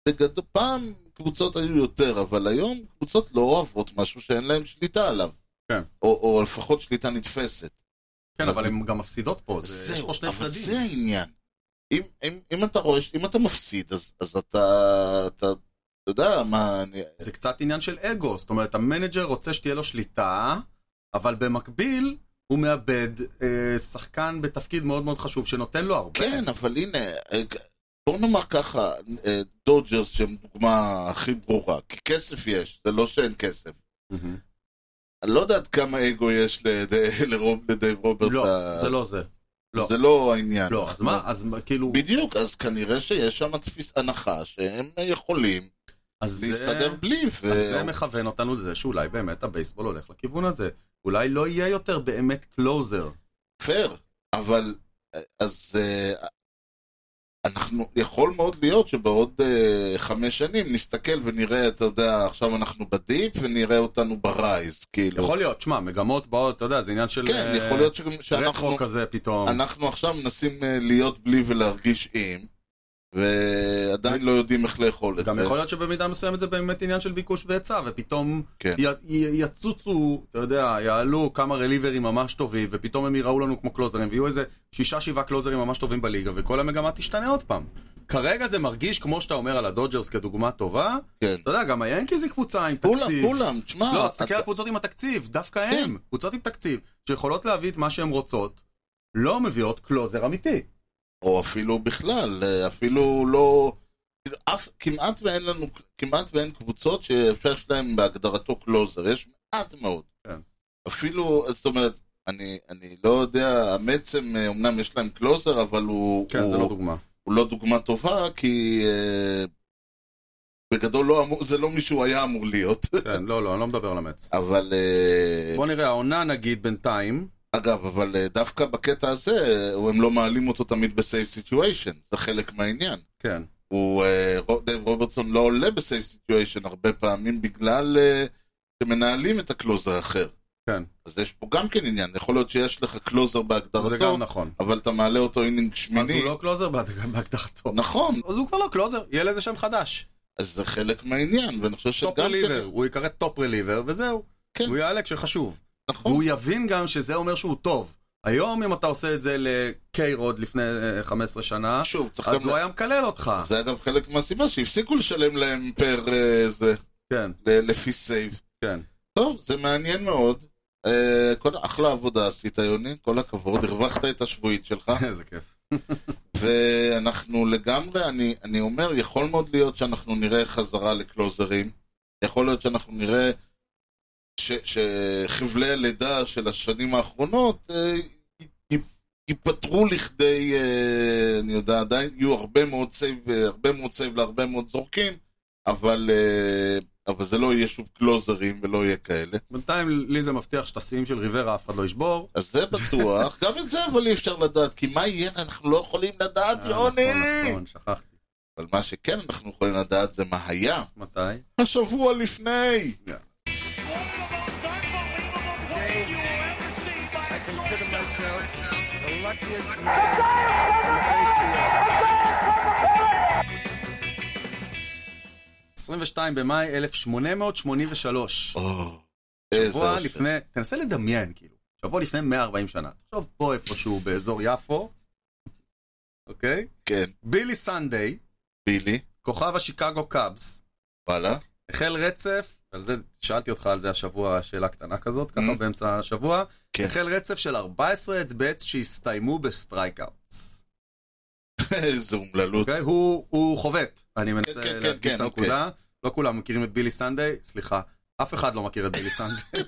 S1: בגדול, פעם קבוצות היו יותר, אבל היום קבוצות לא אוהבות משהו שאין להן שליטה עליו.
S2: כן.
S1: או, או לפחות שליטה נתפסת.
S2: כן, אבל הן גם מפסידות פה, זה יש
S1: זהו,
S2: פה שני
S1: אבל
S2: צדדים.
S1: זה העניין. אם, אם, אם אתה רואה, ש- אם אתה מפסיד, אז, אז אתה, אתה, אתה יודע מה, אני,
S2: זה קצת עניין של אגו, זאת אומרת, המנג'ר רוצה שתהיה לו שליטה, אבל במקביל, הוא מאבד אה, שחקן בתפקיד מאוד מאוד חשוב, שנותן לו הרבה.
S1: כן, אבל הנה, אה, בוא נאמר ככה, אה, דודג'רס שהם דוגמה הכי ברורה, כי כסף יש, זה לא שאין כסף.
S2: מהמם.
S1: אני לא יודע עד כמה אגו יש לד- לרוב- לדייב רוברטס.
S2: לא,
S1: ה-
S2: זה לא זה. לא.
S1: זה לא העניין.
S2: לא, אז מה, אז מה, כאילו...
S1: בדיוק, אז כנראה שיש שם תפיס הנחה שהם יכולים
S2: אז זה-
S1: להסתדר בלי, ו...
S2: אז זה מכוון אותנו לזה שאולי באמת הבייסבול הולך לכיוון הזה. אולי לא יהיה יותר באמת קלוזר.
S1: פייר, אבל אה, אז אה, אנחנו, יכול מאוד להיות שבעוד אה, חמש שנים נסתכל ונראה, אתה יודע, עכשיו אנחנו בדיפ ונראה אותנו ברייז, כאילו.
S2: יכול להיות, שמע, מגמות באות, אתה יודע, זה עניין של... אה,
S1: כן, יכול להיות שגם- שאנחנו
S2: רטרו כזה פתאום.
S1: אנחנו עכשיו מנסים אה, להיות בלי ולהרגיש עם, ועדיין לא יודעים איך לאכול את
S2: גם
S1: זה.
S2: יכול להיות שבמידה מסוימת זה באמת עניין של ביקוש והיצע, ופתאום
S1: כן.
S2: י- י- יצוצו, אתה יודע, יעלו כמה רליברים ממש טובים, ופתאום הם ייראו לנו כמו קלוזרים, ויהיו איזה שישה שבעה קלוזרים ממש טובים בליגה, וכל המגמה תשתנה עוד פעם. כרגע זה מרגיש, כמו שאתה אומר על הדודג'רס כדוגמה טובה,
S1: כן.
S2: אתה יודע, גם היאנקיז היא קבוצה עם תקציב.
S1: כולם, כולם, תשמע,
S2: לא,
S1: אתה- כן.
S2: תסתכל על קבוצות עם התקציב, דווקא הם, קבוצות עם תקציב, שיכולות להביא את מה שהן רוצות, לא מביאות קלוזר אמיתי.
S1: או אפילו בכלל, אה, אפילו לא... כאילו, אף, כמעט ואין לנו, כמעט ואין קבוצות שאפשר יש להם בהגדרתו קלוזר, יש מעט מאוד.
S2: כן.
S1: אפילו, זאת אומרת, אני, אני לא יודע, המצם אה, אמנם יש להם קלוזר, אבל הוא,
S2: כן,
S1: הוא,
S2: זה לא דוגמה.
S1: הוא לא דוגמה טובה, כי אה, בגדול לא אמור, זה לא מישהו היה אמור להיות.
S2: כן, לא, לא, אני לא מדבר על המץ.
S1: אבל אה,
S2: בוא נראה, העונה נגיד בינתיים,
S1: אגב, אבל אה, דווקא בקטע הזה, אה, הם לא מעלים אותו תמיד בסייב סיטואשן, זה חלק מהעניין.
S2: כן.
S1: הוא, אה, רו- דייב רוברטסון לא עולה בסייב סיטואשן הרבה פעמים בגלל אה, שמנהלים את הקלוזר האחר.
S2: כן.
S1: אז יש פה גם כן עניין, יכול להיות שיש לך קלוזר
S2: זה
S1: בהגדרתו,
S2: גם נכון.
S1: אבל אתה מעלה אותו אינינג
S2: אז
S1: שמיני.
S2: הוא לא קלוזר בהג- בהגדרתו.
S1: נכון,
S2: אז הוא כבר לא קלוזר, יהיה לזה שם חדש.
S1: אז זה חלק מהעניין, ואני חושב שגם
S2: טופ רליבר, הוא ייקרא טופ רליבר, וזהו.
S1: כן.
S2: הוא יעלה כשחשוב.
S1: נכון,
S2: והוא יבין גם שזה אומר שהוא טוב. היום אם אתה עושה את זה לקיי-רוד לפני אה, 15 שנה,
S1: שוב, צריך
S2: אז
S1: גם...
S2: הוא היה מקלל אותך.
S1: זה אגב חלק מהסיבה שהפסיקו לשלם להם פר אה, זה,
S2: כן,
S1: ל- לפי סייב.
S2: כן.
S1: טוב, זה מעניין מאוד. אה, כל, אחלה עבודה עשית, יוני, כל הכבוד, הרווחת את השבועית שלך.
S2: איזה כיף.
S1: ואנחנו לגמרי, אני, אני אומר, יכול מאוד להיות שאנחנו נראה חזרה לקלוזרים. יכול להיות שאנחנו נראה ש, שחבלי הלידה של השנים האחרונות אה, י- י- ייפתרו לכדי, אה, אני יודע, עדיין יהיו הרבה מאוד סייב, אה, הרבה מאוד סייב להרבה מאוד זורקים, אבל, אה, אבל זה לא יהיה שוב קלוזרים ולא יהיה כאלה.
S2: בינתיים לי זה מבטיח שאת השיאים של ריברה אף אחד לא ישבור.
S1: אז זה בטוח, גם את זה אבל אי אפשר לדעת, כי מה יהיה, אנחנו לא יכולים לדעת,
S2: אה,
S1: יוני!
S2: נכון, נכון, שכחתי.
S1: אבל מה שכן אנחנו יכולים לדעת זה מה היה
S2: מתי?
S1: השבוע לפני.
S3: One of the most unbelievable plays you will ever see by a
S4: consider
S3: shortstop.
S4: myself the luckiest man in the face of the earth.
S2: 22 במאי 1883.
S1: או, איזה
S2: שבוע
S1: אושר.
S2: לפני, תנסה לדמיין, כאילו, שבוע לפני 140 שנה. תחשוב פה איפשהו באזור יפו, אוקיי?
S1: כן,
S2: בילי סנדיי,
S1: בילי,
S2: כוכב השיקגו קאבס,
S1: וואלה.
S2: החל רצף, על זה, שאלתי אותך על זה השבוע, שאלה קטנה כזאת, ככה
S1: Mm.
S2: באמצע השבוע,
S1: כן.
S2: החל רצף של 14 את בטס שהסתיימו בסטרייקאוטס.
S1: איזה אומללות.
S2: אוקיי? הוא הוא חובט, אני מנסה
S1: כן, כן,
S2: להדגיש את
S1: כן, אוקיי.
S2: הנקודה. לא כולם מכירים את בילי סנדיי, סליחה, אף אחד לא מכיר את בילי סנדיי.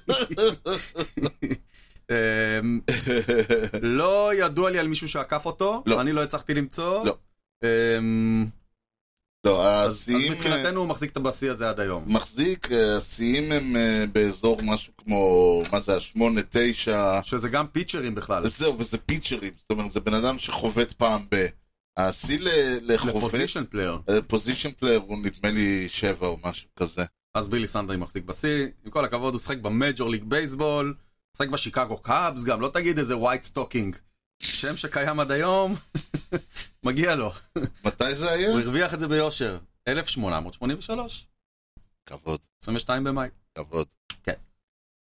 S2: אמ, לא ידוע לי על מישהו שעקף אותו,
S1: לא.
S2: אני לא הצלחתי למצוא.
S1: לא.
S2: אמ,
S1: לא,
S2: אז אז
S1: השיאים אה,
S2: מבחינתנו הוא מחזיק את הבשיא הזה עד היום.
S1: מחזיק, אה, השיאים הם אה, באזור משהו כמו, מה זה, השמונה, תשע.
S2: שזה גם פיצ'רים בכלל.
S1: זהו, וזה פיצ'רים. זאת אומרת, זה בן אדם שחובט פעם ב... השיא ל- לחובט,
S2: לפוזיישן פלייר.
S1: פוזיישן פלייר הוא נדמה לי שבע או משהו כזה.
S2: אז בילי סנדרי מחזיק בשיא. עם כל הכבוד, הוא שחק במייג'ור ליג בייסבול, שחק בשיקגו קאבס גם, לא תגיד איזה ווייט סטוקינג. שם שקיים עד היום, מגיע לו.
S1: מתי זה היה?
S2: הוא הרוויח את זה ביושר. 1883,
S1: כבוד,
S2: 22 במאי.
S1: כבוד.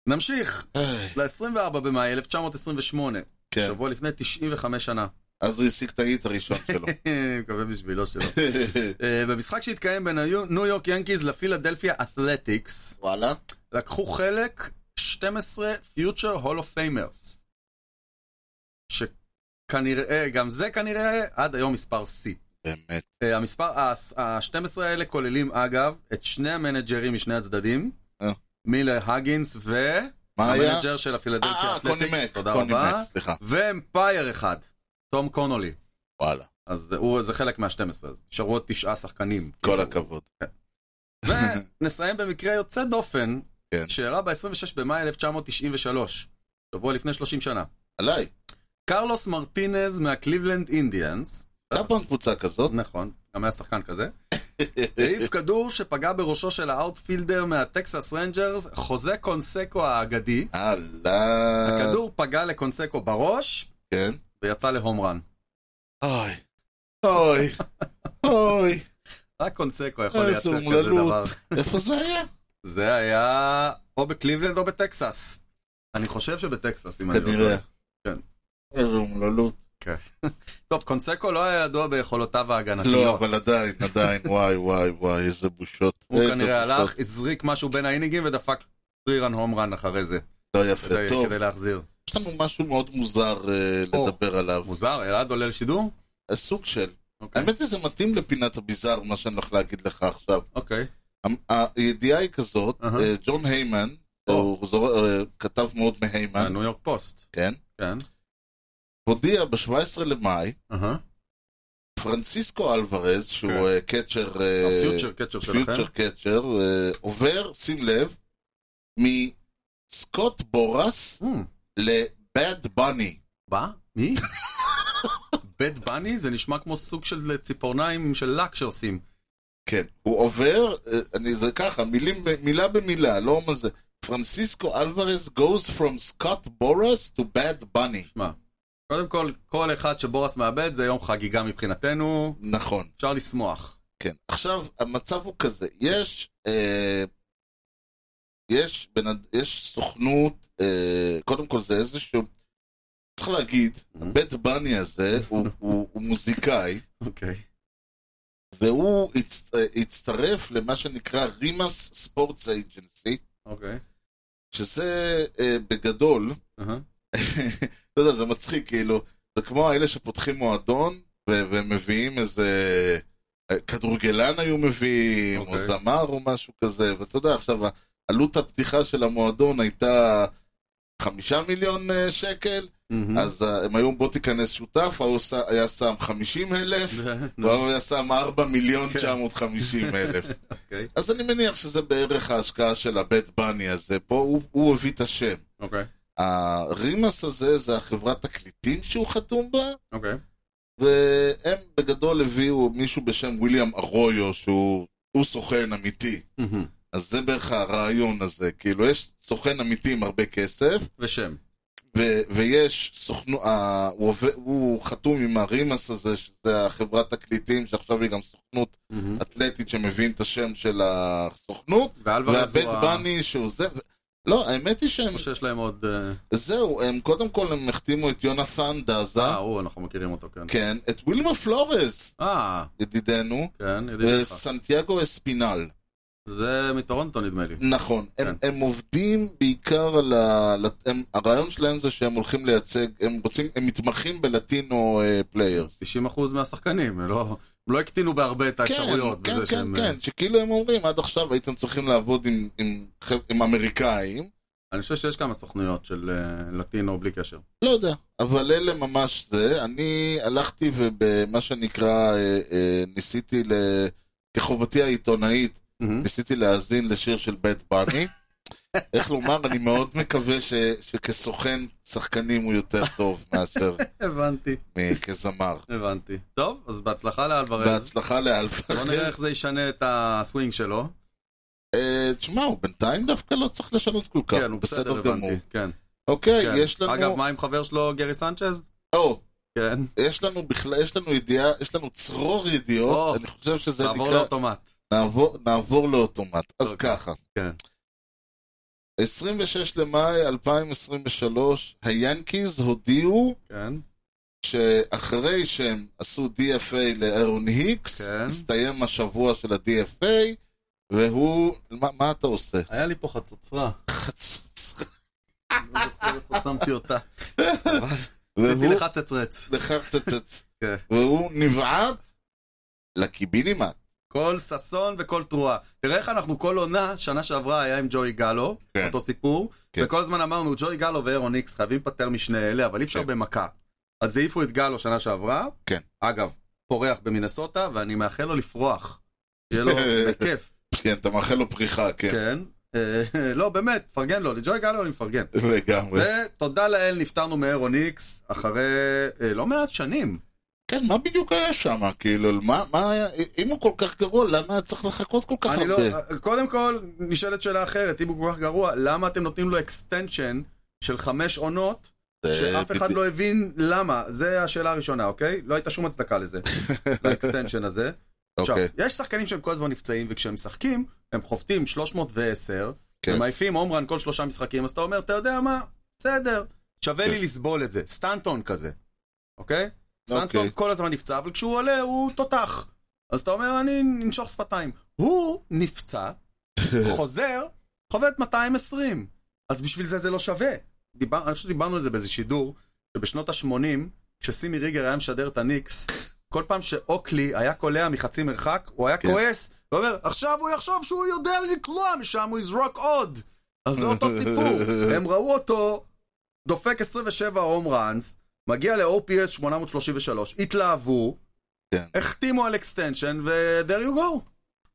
S2: נמשיך
S1: איי,
S2: ל-24 במאי 1928,
S1: כן,
S2: שבוע לפני 95 שנה.
S1: אז הוא השיג את ההיט הראשון שלו.
S2: אני מקווה בשבילו שלא. אה, במשחק שהתקיים בין היו- ניו יורק ינקיז לפילדלפיה אתלטיקס,
S1: וואלה.
S2: לקחו חלק 12 פיוטר הול אוף פיימרס. שכנראה, אה, גם זה כנראה, עד היום מספר שיא.
S1: באמת,
S2: אה, המספר, ה-12 האלה כוללים אגב את שני המנג'רים משני הצדדים,
S1: אה.
S2: מילר הגינס ו...
S1: מה היה?
S2: המנג'ר של
S1: אה,
S2: הפילדלפיה
S1: אה, קוני
S2: אתלטיקס,
S1: מק,
S2: תודה
S1: קוני
S2: רבה,
S1: מק, סליחה.
S2: ואמפייר אחד. תום קונולי.
S1: וואלה,
S2: אז זה- הוא, זה חלק מה-12, אז נשארו עוד תשעה שחקנים.
S1: כל
S2: כאילו.
S1: הכבוד.
S2: ונסיים במקרה יוצא דופן,
S1: כן.
S2: שאירע ב-26 במאי 1993, שבוע לפני 30 שנה.
S1: עליי.
S2: קרלוס מרטינז מהקליבלנד אינדיאנס,
S1: הייתה פעם קבוצה כזאת,
S2: נכון, גם היה שחקן כזה, העיף כדור שפגע בראשו של האאוטפילדר מהטקסס רנג'רס, חוזה קונסקו האגדי.
S1: עליי.
S2: הכדור פגע לקונסקו בראש,
S1: כן.
S2: ויצא להום רן.
S1: אוי. אוי. אוי.
S2: רק קונסקו יכול
S1: איזו
S2: לייצר כזה
S1: אומללות.
S2: דבר.
S1: איפה זה היה?
S2: זה היה או בקליבלנד או בטקסס. אני חושב שבטקסס, אם אני לא
S1: כנראה.
S2: טועה. כן.
S1: איזו אומללות.
S2: טוב, קונסקו לא היה ידוע ביכולותיו
S1: לא,
S2: ההגנתיות.
S1: אבל עדיין, עדיין, וואי, וואי, וואי, איזה בושות.
S2: הוא
S1: איזה
S2: כנראה
S1: בושות.
S2: הלך, הזריק משהו בין האינינגים ודפק טרירן הום רן אחרי זה.
S1: לא יפה,
S2: כדי-
S1: טוב.
S2: כדי להחזיר.
S1: יש לנו משהו מאוד מוזר אה,
S2: או.
S1: לדבר עליו.
S2: מוזר, אלעד עולה לשידור?
S1: סוג של.
S2: אוקיי.
S1: האמת היא, זה מתאים לפינת הביזאר, מה שאני הולך להגיד לך עכשיו.
S2: אוקיי.
S1: המ- הידיעה היא כזאת,
S2: אהה.
S1: אה, ג'ון היימן,
S2: או. אה,
S1: הוא זור- אה, כתב מאוד מהיימן,
S2: ניו יורק פוסט.
S1: כן,
S2: כן.
S1: הודיע ב-17 למאי,
S2: אהה.
S1: פרנסיסקו אלוורז, שהוא אה, קצ'ר, אה,
S2: הפיוטר קצ'ר כן. שלכם.
S1: פיוטר קצ'ר, אה, עובר, שים לב, מסקוט בורס
S2: Hmm,
S1: לבאד בני.
S2: בא? מי? בית בני? זה נשמע כמו סוג של ציפורניים של לק שעושים.
S1: כן, הוא עובר, אה, אני זה ככה, מילים, ב- מילה במילה, לא מה זה. פרנסיסקו אלוורז goes from Scott Boras to Bad Bunny.
S2: קודם כל, כל אחד שבורס מאבד זה יום חגיגה מבחינתנו,
S1: נכון,
S2: אפשר לשמוח.
S1: כן. עכשיו, המצב הוא כזה, יש, אה, יש, בן, אד- יש סוכנות, אה, קודם כל זה איזשהו, צריך להגיד, הבית בני הזה הוא, הוא, הוא מוזיקאי,
S2: אוקיי.
S1: והוא הצ, אה, הצטרף למה שנקרא רימאס ספורטס אייג'נסי,
S2: אוקיי.
S1: שזה אה, בגדול,
S2: אהה.
S1: אתה יודע, זה מצחיק, כאילו, זה כמו האלה שפותחים מועדון, ו- והם מביאים איזה... אה, כדורגלן היו מביאים, או
S2: אוקיי.
S1: זמר או משהו כזה, ואתה יודע, עכשיו, ה- עלות הפתיחה של המועדון הייתה חמישה מיליון אה, שקל,
S2: מהמם.
S1: אז אה, הם היו, בוא תיכנס שותף, ההוא ש- היה שם חמישים אלף,
S2: זה- נו,
S1: והוא היה שם ארבע מיליון
S2: כן.
S1: תשע מאות חמישים אלף.
S2: אוקיי.
S1: אז אני מניח שזה בערך ההשקעה של הבית בני הזה, פה הוא- הוא הביא את השם.
S2: אוקיי.
S1: הרימאס הזה זה החברת תקליטים שהוא חתום בה,
S2: אוקיי.
S1: והם בגדול הביאו מישהו בשם וויליאם ארויו, שהוא הוא סוכן אמיתי.
S2: מהמם.
S1: אז זה בערך הרעיון הזה, כאילו יש סוכן אמיתי עם הרבה כסף,
S2: ושם.
S1: ו- ויש סוכנו, ה- הוא, עובד- הוא חתום עם הרימאס הזה, שזה החברת תקליטים, שעכשיו היא גם סוכנות
S2: מהמם.
S1: אתלטית שמביאים את השם של הסוכנות,
S2: ואלוורז
S1: והבית
S2: הוא ה-
S1: בני שהוא זה, ו- לא, האמת היא שהם
S2: או שיש להם עוד... אה,
S1: זהו, הם קודם כל הם החתימו את יונתן דזה,
S2: אה, הוא, אנחנו מכירים אותו, כן.
S1: כן, את וילמה פלורז,
S2: אה,
S1: ידידנו,
S2: כן, ידידי לך.
S1: וסנטיאגו אספינל.
S2: זה מטורונטו נדמה לי.
S1: נכון, הם,
S2: כן.
S1: הם עובדים בעיקר על ה... לת- הם, הרעיון שלהם זה שהם הולכים לייצג, הם רוצים, הם מתמחים בלטינו אה, פליירס.
S2: 90% מהשחקנים, הם לא- הם לא הקטינו בהרבה את
S1: כן,
S2: האפשרויות.
S1: כן, כן,
S2: בזה שהם, אה,
S1: כן, שכאילו הם אומרים, עד עכשיו הייתם צריכים לעבוד עם, עם, עם, עם אמריקאים,
S2: אני חושב שיש כמה סוכנויות של אה, לטינו בלי קשר.
S1: לא יודע, אבל אלה ממש זה. אני הלכתי ובמה שנקרא, אה, אה, ניסיתי, ל... כחובתי העיתונאית,
S2: מהמם.
S1: ניסיתי להאזין לשיר של בית בני. איך לומר, אני מאוד מקווה ש... שכסוכן שחקנים הוא יותר טוב מאשר
S2: הבנתי.
S1: מ- כזמר.
S2: הבנתי. טוב, אז בהצלחה לאלוורז.
S1: בהצלחה
S2: בוא נראה איך
S1: לאלפרס.
S2: זה ישנה את הסווינג שלו.
S1: אה, תשמע, הוא בינתיים דווקא לא צריך לשנות כל כך,
S2: כן, הוא בסדר,
S1: גמור.
S2: הבנתי. כן,
S1: אוקיי,
S2: כן.
S1: יש לנו...
S2: אגב, מה עם חבר שלו, גרי סנצ'ז?
S1: או,
S2: כן.
S1: יש לנו בכלל, יש לנו ידיעה, יש לנו צרור
S2: או,
S1: ידיעות, אני חושב שזה נקרא...
S2: תעבור לאוטומט.
S1: נעבור, נעבור לאוטומט. אז
S2: אוקיי.
S1: ככה.
S2: כן.
S1: 26 למאי 2023, היאנקיז הודיעו
S2: כן.
S1: שאחרי שהם עשו DFA לאירון היקס,
S2: כן.
S1: הסתיים השבוע של ה-DFA, והוא... מה, מה אתה עושה?
S2: היה לי פה חצוצרה.
S1: חצוץ.
S2: לא זוכר איפה שמתי אותה. רציתי
S1: והוא...
S2: לך צצרץ.
S1: לחצצץ.
S2: כן.
S1: והוא נבעט לקיבינימט.
S2: כל ששון וכל תרועה. תראה איך אנחנו כל עונה, שנה שעברה היה עם ג'וי גלו,
S1: כן.
S2: אותו סיפור,
S1: כן.
S2: וכל הזמן אמרנו, ג'וי גלו ואירון איקס חייבים להיפטר משני אלה, אבל אי אפשר
S1: כן.
S2: במכה. אז העיפו את גלו שנה שעברה.
S1: כן.
S2: אגב, פורח במינסוטה, ואני מאחל לו לפרוח. שיהיה לו בכיף,
S1: כן, אתה מאחל לו פריחה, כן.
S2: כן. אה, לא, באמת, פרגן לו, לג'וי גלו אני מפרגן.
S1: לגמרי.
S2: ותודה לאל, נפטרנו מאירון איקס אחרי אה, לא מעט שנים.
S1: כן, מה בדיוק היה שם? כאילו, מה, מה היה, אם הוא כל כך גרוע, למה היה צריך לחכות כל כך
S2: אני לא,
S1: הרבה?
S2: קודם כל, נשאלת שאלה אחרת, אם הוא כל כך גרוע, למה אתם נותנים לו אקסטנשן של חמש עונות,
S1: זה
S2: שאף אחד
S1: בדיוק-
S2: לא הבין למה? זה השאלה הראשונה, אוקיי? לא הייתה שום הצדקה לזה, לאקסטנשן הזה. עכשיו,
S1: אוקיי,
S2: יש שחקנים שהם כל הזמן נפצעים, וכשהם משחקים, הם חובטים 310,
S1: כן.
S2: ומעיפים הום רן כל שלושה משחקים, אז אתה אומר, אתה יודע מה, בסדר, שווה לי
S1: כן.
S2: לסבול את זה. סטנטון כזה, אוקיי? סטנטון
S1: אוקיי.
S2: כל הזמן נפצע, אבל כשהוא עולה הוא תותח. אז אתה אומר, אני ננשוך שפתיים. הוא נפצע, חוזר, חובט 220. אז בשביל זה זה לא שווה. דיבר, אני חושב שדיברנו על זה באיזה שידור, שבשנות ה-80, כשסימי ריגר היה משדר את הניקס, כל פעם שאוקלי היה קולע מחצי מרחק, הוא היה
S1: כן.
S2: כועס, ואומר, עכשיו הוא יחשוב שהוא יודע לקלוע משם, הוא יזרוק עוד. אז זה אותו סיפור, הם ראו אותו דופק 27 הום ראנס, מגיע ל-OPS 833, התלהבו,
S1: כן.
S2: החתימו על אקסטנשן, ו-there you go.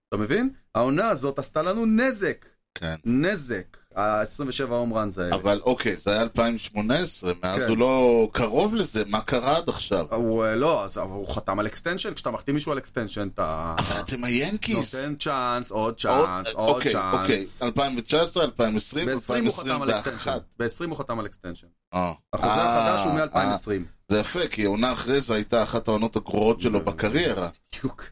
S2: אתה מבין? העונה הזאת עשתה לנו נזק,
S1: כן.
S2: נזק, ה-27 הום ראנס האלה.
S1: אבל אוקיי, זה היה 2018, מאז
S2: כן.
S1: הוא לא קרוב לזה, מה קרה עד עכשיו?
S2: הוא אה, לא, אז אבל הוא חתם על אקסטנשן, כשאתה מחתים מישהו על אקסטנשן, אתה
S1: אבל אתם היאנקיס.
S2: נותן צ'אנס, עוד
S1: עוד-
S2: צ'אנס, עוד
S1: אוקיי, אוקיי,
S2: צ'אנס.
S1: 2019, 2020,
S2: ב-20 הוא חתם על אקסטנשן.
S1: 2021.
S2: ב-20 הוא חתם על אקסטנשן.
S1: אה.
S2: החוזה החדש הוא
S1: אה,
S2: מ-2020.
S1: אה, זה יפה, כי העונה אחרי זה הייתה אחת העונות הגרועות שלו בקריירה.
S2: בדיוק.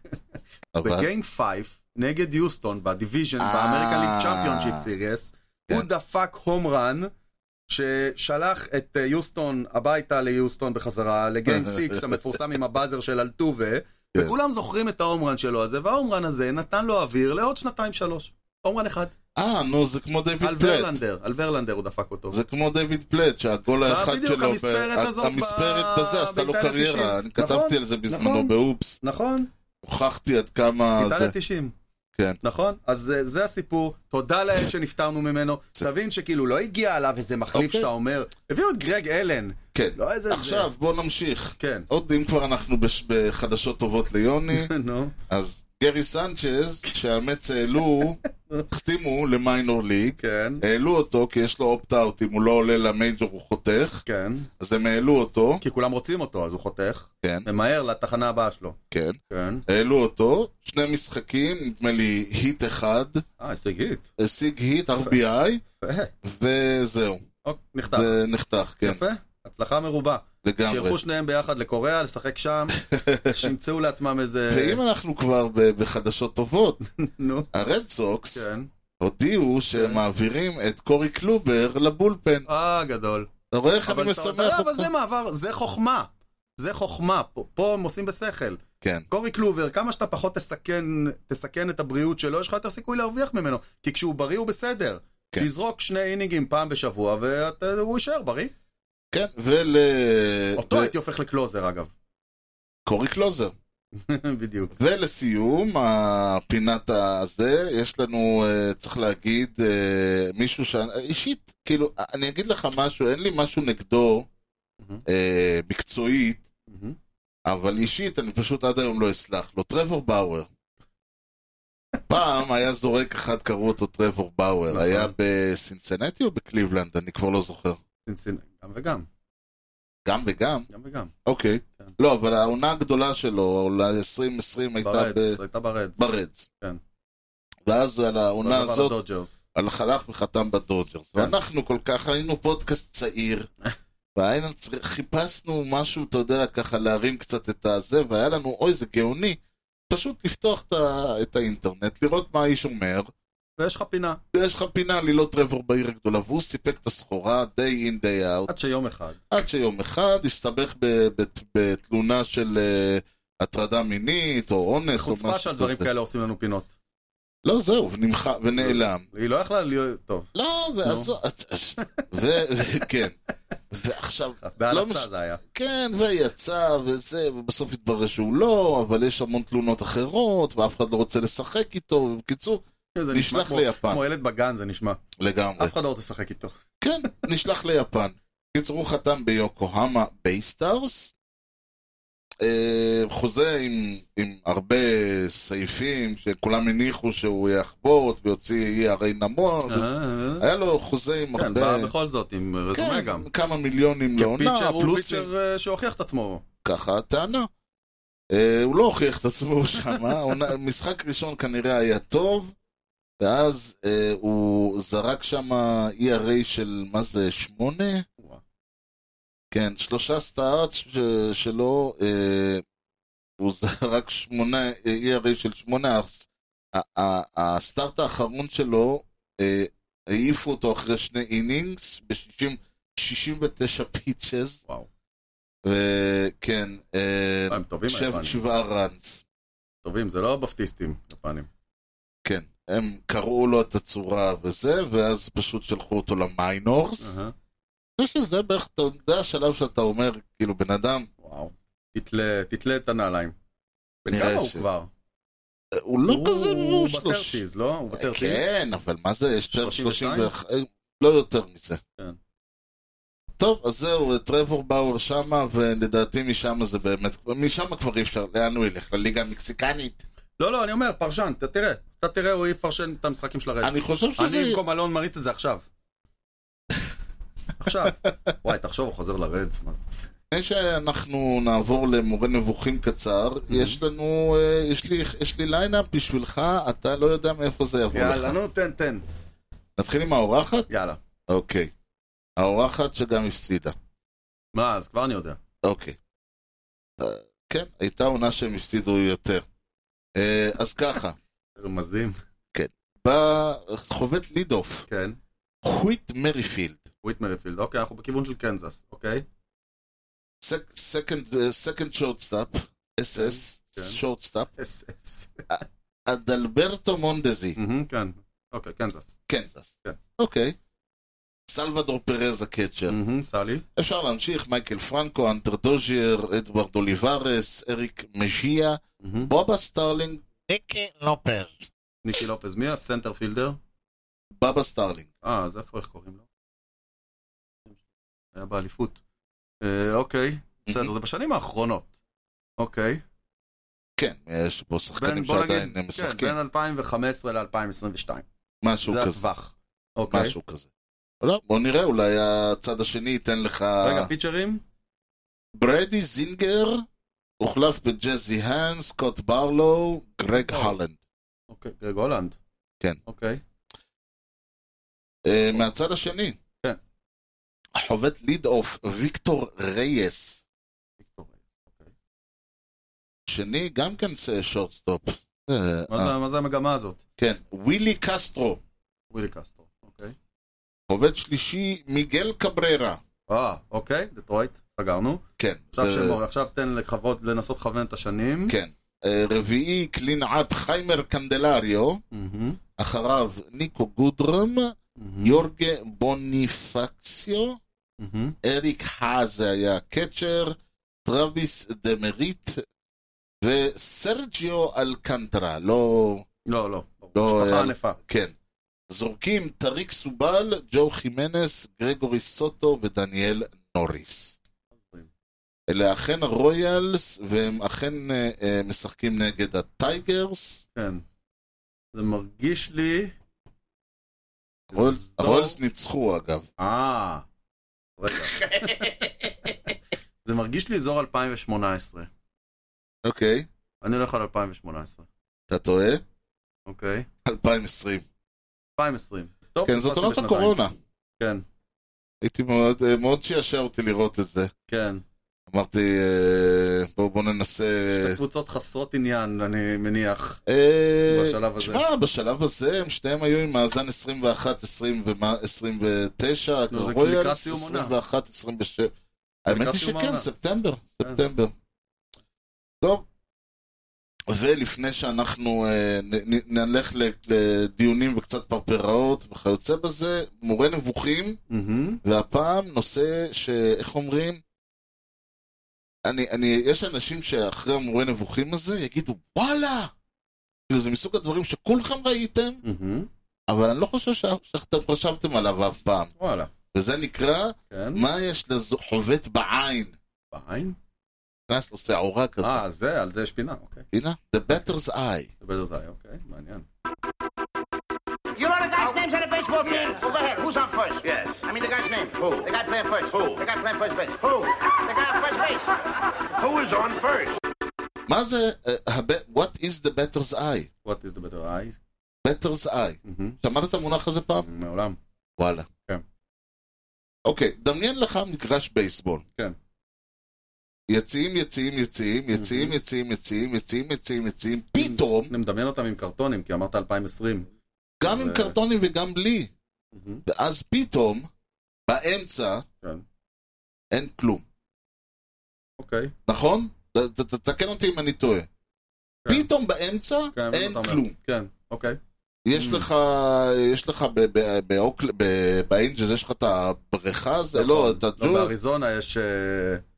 S1: אבל...
S2: בגיים פייף נגד יוסטון בדיוויז'ן
S1: אה.
S2: באמריקן ליג צ'מפיונשיפ סיריאס, הוא
S1: כן.
S2: דפק הום רן ששלח את אה, יוסטון הביתה ליוסטון בחזרה לגיים 6 המפורסם עם הבאזר של אלטובה,
S1: כן.
S2: וכולם זוכרים את ההום רן שלו הזה, וההום רן הזה נתן לו אוויר לעוד שנתיים שלוש. הום רן אחד,
S1: אה, נו, זה כמו דיוויד
S2: על
S1: פלט.
S2: ורלנדר, על ורלנדר הוא דפק אותו.
S1: זה כמו דיוויד פלט, שהגול האחד
S2: אה, בדיוק,
S1: שלו,
S2: המספרת
S1: ב-
S2: הזאת
S1: המספרת
S2: ב-
S1: בזה עשתה לו
S2: באיטליה
S1: קריירה,
S2: 90.
S1: אני כתבתי
S2: נכון,
S1: על זה בזמנו
S2: נכון.
S1: באופס,
S2: נכון,
S1: הוכחתי עד כמה...
S2: איטליה
S1: זה-
S2: 90.
S1: אה, אוקיי. כן.
S2: נכון? אז זה, זה הסיפור, תודה לאל שנפטרנו ממנו. תבין שכאילו לא הגיע עליו איזה מחליף
S1: אוקיי.
S2: שאתה אומר, הביאו את גרג אלן.
S1: כן,
S2: לא איזה... זה.
S1: עכשיו בוא נמשיך.
S2: כן.
S1: עוד אם כבר אנחנו בש- בחדשות טובות ליוני,
S2: נו.
S1: אז גרי סנצ'ז, שהאמץ העלו, החתימו למיינור ליג,
S2: כן.
S1: העלו אותו כי יש לו אופט-אאוט, אם הוא לא עולה למייג'ור הוא חותך,
S2: כן.
S1: אז הם העלו אותו,
S2: כי כולם רוצים אותו, אז הוא חותך.
S1: כן,
S2: ממהר לתחנה הבאה שלו.
S1: כן,
S2: כן.
S1: העלו אותו, שני משחקים, נדמה לי היט אחד,
S2: אה, הישגית.
S1: השיג היט, RBI,
S2: יפה.
S1: וזהו,
S2: אוק, נחתך.
S1: זה נחתך, כן,
S2: יפה. הצלחה מרובה.
S1: לגמרי.
S2: שילכו שניהם ביחד לקוריאה, לשחק שם, שימצאו לעצמם איזה...
S1: ואם אנחנו כבר ב- בחדשות טובות,
S2: נו.
S1: הרד סוקס
S2: כן.
S1: הודיעו שהם
S2: כן.
S1: מעבירים את קורי קלובר לבולפן.
S2: אה, גדול.
S1: אתה רואה איך אני
S2: אבל אתה יודע,
S1: משמח
S2: אבל זה
S1: אותך?
S2: מעבר, זה חוכמה. זה חוכמה, פה- פה הם עושים בשכל.
S1: כן,
S2: קורי קלובר, כמה שאתה פחות תסכן, תסכן את הבריאות שלו, יש לך יותר סיכוי להרוויח ממנו. כי כשהוא בריא הוא בסדר.
S1: כן.
S2: תזרוק שני אינינגים פעם בשבוע, והוא יישאר בריא.
S1: כן, ול...
S2: אותו
S1: ו-
S2: הייתי הופך לקלוזר, אגב.
S1: קורי קלוזר.
S2: בדיוק.
S1: ולסיום, הפינת הזה, יש לנו, אה, צריך להגיד, אה, מישהו ש... אישית, כאילו, אני אגיד לך משהו, אין לי משהו נגדו,
S2: מהמם.
S1: אה, מקצועית,
S2: מהמם.
S1: אבל אישית, אני פשוט עד היום לא אסלח לו. טרוור באואר. פעם היה זורק אחד, קראו אותו טרוור באואר.
S2: נכון.
S1: היה בסינסנטי או בקליבלנד? אני כבר לא זוכר.
S2: סינסינ- גם וגם,
S1: גם וגם?
S2: גם וגם.
S1: אוקיי.
S2: כן.
S1: לא, אבל העונה הגדולה שלו, אולי 2020, הייתה
S2: ברדס, הייתה ברדס.
S1: ברדס.
S2: כן.
S1: ואז על
S2: אותו
S1: העונה
S2: דבר
S1: הזאת,
S2: לדודג'רס.
S1: על חלך וחתם בדודג'רס.
S2: כן.
S1: ואנחנו כל כך היינו פודקאסט צעיר, והיינו צריכים, חיפשנו משהו, אתה יודע, ככה להרים קצת את הזה, והיה לנו, אוי, זה גאוני. פשוט לפתוח את, ה... את האינטרנט, לראות מה האיש אומר,
S2: ויש לך פינה,
S1: ויש לך פינה ללא טרוור בעיר הגדולה, והוא סיפק את הסחורה day in day out,
S2: עד שיום אחד.
S1: עד שיום אחד הסתבך ב- ב- בתלונה של אה, הטרדה מינית, או אונס, או משהו כזה.
S2: חוצפה שעל דברים כאלה עושים לנו פינות.
S1: לא, זהו, ונמחה, ונעלם.
S2: היא לא יכלה להיות... טוב.
S1: לא, ואז... וכן. כן. ועכשיו, לא מש-
S2: בהלצה זה היה.
S1: כן, ויצא, וזה, ובסוף התברר שהוא לא, אבל יש המון תלונות אחרות, ואף אחד לא רוצה לשחק איתו, ובקיצור,
S2: זה נשמע
S1: נשלח
S2: כמו-
S1: ליפן,
S2: כמו ילד בגן זה נשמע.
S1: לגמרי.
S2: אף אחד לא רוצה לשחק איתו.
S1: כן, נשלח ליפן. קיצר, הוא חתם ביוקוהמה בייסטארס. אה, חוזה עם, עם הרבה סעיפים שכולם הניחו שהוא יחבוט ויוציא הרי נמון.
S2: אה,
S1: היה לו חוזה עם
S2: כן,
S1: הרבה...
S2: בא בכל זאת עם
S1: כן,
S2: רזומה גם.
S1: כמה מיליונים לא לעונה,
S2: כפיצ'ר הוא
S1: פלוסים.
S2: פיצ'ר אה, שהוכיח את עצמו.
S1: ככה הטענה. אה, הוא לא הוכיח את עצמו שם, אה? העונה- משחק ראשון כנראה היה טוב, ואז אה, הוא זרק שם ERA של, מה זה, שמונה?
S2: וואו.
S1: כן, שלושה סטארט ש- שלו, אה, הוא זרק שמונה, אה, ERA של שמונה, הס- ה- ה- הסטארט האחרון שלו, אה, העיפו אותו אחרי שני אינינגס, ב-69 פיצ'ס,
S2: וואו.
S1: וכן, אה,
S2: הם טובים
S1: שבע-
S2: היפנים.
S1: שבעה ראנס,
S2: טובים, זה לא בפטיסטים יפנים.
S1: כן. הם קראו לו את הצורה וזה, ואז פשוט שלחו אותו למיינורס.
S2: אהה,
S1: אני חושב שזה בערך, אתה יודע, השלב שאתה אומר, כאילו, בן אדם,
S2: וואו. תתלה- תתלה את הנעליים. בן
S1: נראה
S2: כמה הוא
S1: ש-
S2: כבר?
S1: אה, הוא לא כזה, הוא שלוש...
S2: בטרטיז, לא? הוא בטרטיז?
S1: כן, אבל מה זה, יש טרם
S2: 32?
S1: 31, אה, לא יותר מזה.
S2: כן.
S1: טוב, אז זהו, טרוור באואר שמה, ולדעתי משם זה באמת, משם כבר אי אפשר, לאן הוא ילך? לליגה המקסיקנית?
S2: לא, לא, אני אומר, פרשן, אתה תראה. אתה תראה, הוא יפרשן את המשחקים של הרץ.
S1: אני חושב שזה...
S2: אני במקום אלון מריץ את זה עכשיו. עכשיו. וואי, תחשוב, הוא חוזר לרדס. מה זה?
S1: לפני שאנחנו נעבור למורה נבוכים קצר,
S2: Mhm.
S1: יש לנו, אה, יש לי, יש לי ליינאפ בשבילך, אתה לא יודע מאיפה זה יבוא לך.
S2: יאללה, נו, תן, תן.
S1: נתחיל עם האורחת?
S2: יאללה.
S1: אוקיי. האורחת שגם הפסידה.
S2: מה, אז כבר אני יודע.
S1: אוקיי. אה, כן, הייתה עונה שהם הפסידו יותר. אה, אז ככה,
S2: רמזים.
S1: בא חובט לידוף,
S2: כן.
S1: חוויט מריפילד,
S2: וויטמרפילד. אוקיי, אנחנו בכיוון של קנזס, אוקיי?
S1: סקנד שורטסטאפ, אס אס,
S2: כן.
S1: שורטסטאפ,
S2: אס אס.
S1: אדלברטו מונדזי,
S2: מהמם, כן. אוקיי, קנזס.
S1: קנזס.
S2: כן.
S1: אוקיי. סלבדור פרז הקצ'ר.
S2: מהמם, סלי.
S1: אפשר להמשיך, מייקל פרנקו, אנטר דוז'ייר, אדוארד אוליברס, אריק מז'יה,
S2: מהמם.
S1: בובה סטארלינג, ניקי לופז.
S2: ניקי לופז, מי הסנטר פילדר?
S1: בובה סטארלינג.
S2: אה, אז איפה, איך קוראים לו? היה באליפות. אה, אוקיי, בסדר, זה בשנים האחרונות. אוקיי.
S1: כן, יש פה
S2: בין,
S1: שחקנים
S2: בוא
S1: שעדיין
S2: נגיד, כן,
S1: משחקים,
S2: בין 2015 ל-2022.
S1: משהו
S2: זה
S1: כזה.
S2: הטווח. אוקיי.
S1: משהו כזה. לא, בוא נראה, אולי הצד השני ייתן לך...
S2: רגע, פיצ'רים?
S1: ברדי זינגר הוחלף בג'זי האן, סקוט ברלו, גרג
S2: אוקיי.
S1: הולנד.
S2: אוקיי, גרג הולנד.
S1: כן.
S2: אוקיי.
S1: אה, מהצד השני.
S2: כן.
S1: חובט ליד אוף ויקטור רייס.
S2: ויקטור.
S1: שני גם כן זה שורטסטופ. אה,
S2: מה
S1: אה,
S2: זה- מה זה המגמה הזאת?
S1: כן, ווילי קסטרו.
S2: ווילי קסטרו. אוקיי.
S1: חובט שלישי, מיגל קבררה.
S2: אה, אוקיי, דטרויט, סגרנו.
S1: כן.
S2: עכשיו
S1: זה-
S2: שמור, עכשיו תן לכבוד לנסות לכוון את השנים.
S1: כן. אה, רביעי, קלין אפ חיימר קנדלריו.
S2: מהמם,
S1: אחריו, ניקו גודרם,
S2: מהמם,
S1: יורגה בוניפקציו,
S2: מהמם.
S1: אריק חזה היה הקצ'ר, טרוויס דמריט וסרג'יו אלקנטרה. לא...
S2: לא, לא.
S1: לא,
S2: משפחה
S1: אה,
S2: ענפה.
S1: כן. זורקים טריק סובל, ג'ו חימנס, גרגורי סוטו ודניאל נוריס. אלה אכן הרויאלס, והם אכן אה, אה, משחקים נגד הטייגרס.
S2: כן. זה מרגיש לי...
S1: הרויאלס-
S2: זו-
S1: הרויאלס ניצחו אגב.
S2: אה, רגע. זה מרגיש לי אזור 2018.
S1: אוקיי,
S2: אני הולך על 2018,
S1: אתה טועה?
S2: אוקיי?
S1: 2020.
S2: 2020. טוב,
S1: כן, זאת
S2: פספסתי
S1: עונת
S2: בשנתיים.
S1: הקורונה.
S2: כן,
S1: הייתי מאוד, אה, מאוד שישר אותי לראות את זה.
S2: כן.
S1: אמרתי, אה, בואו בוא ננסה...
S2: שתי קבוצות חסרות עניין, אני מניח.
S1: אה,
S2: בשלב הזה.
S1: תשמע, בשלב הזה הם שניהם היו עם מאזן 21, 20 ומה- 29,
S2: נו, לא, זה לקראת
S1: רויאלס
S2: סיום עונה.
S1: 21, 27. האמת
S2: לקראת
S1: היא
S2: סיום
S1: שכן,
S2: העונה.
S1: ספטמבר, ספטמבר. טוב, ולפני שאנחנו אה, נ- נ- נלך ל- לדיונים וקצת פרפראות וכיוצא בזה, מורה נבוכים,
S2: מהמם.
S1: והפעם נושא ש... איך אומרים? אני, אני, יש אנשים שאחרי המורה נבוכים הזה יגידו, וואלה! כאילו, זה מסוג הדברים שכולכם ראיתם,
S2: מהמם.
S1: אבל אני לא חושב ש- שאתם חשבתם עליו אף פעם.
S2: וואלה.
S1: וזה נקרא,
S2: כן?
S1: מה יש לחובט בעין?
S2: בעין?
S1: נכנס לו שעורה כזה,
S2: אה, זה, על זה יש פינה, אוקיי.
S1: הנה, The Better's Eye.
S2: זה בטח זה היה, אוקיי, מעניין.
S5: You know the guy's names on the baseball team? Well, go ahead. Who's on first? Yes. I mean the guy's name. Who? The guy playing first. Who? The guy playing first base. Who? The guy on first base. Who is on first?
S1: מה זה, אה, הב- what is the Better's Eye?
S2: What is the better eyes?
S1: Better's Eye.
S2: מהמם.
S1: שמעת את המונח הזה פעם?
S2: מעולם.
S1: וואלה.
S2: כן.
S1: אוקיי, דמיין לך מגרש בייסבול.
S2: כן.
S1: יציאים, יציאים, יציאים, יציאים, יציאים, יציאים, יציאים, יציאים, יציאים, פתאום,
S2: אני מדמיין אותם עם קרטונים, כי אמרת 2020.
S1: גם עם
S2: זה-
S1: קרטונים וגם בלי,
S2: מהמם.
S1: ואז פתאום, באמצע,
S2: כן.
S1: אין כלום.
S2: אוקיי.
S1: נכון? ת- ת- תתקן אותי אם אני טועה.
S2: כן.
S1: פתאום באמצע
S2: כן, מה
S1: אין
S2: אתה אומר?
S1: כלום.
S2: כן, אוקיי.
S1: יש לך, יש לך ב- ב- באוקל- ב- באנג'לס, יש לך את הבריכה, זה לא,
S2: נכון.
S1: את הג'ו,
S2: לא, באריזונה יש... אה,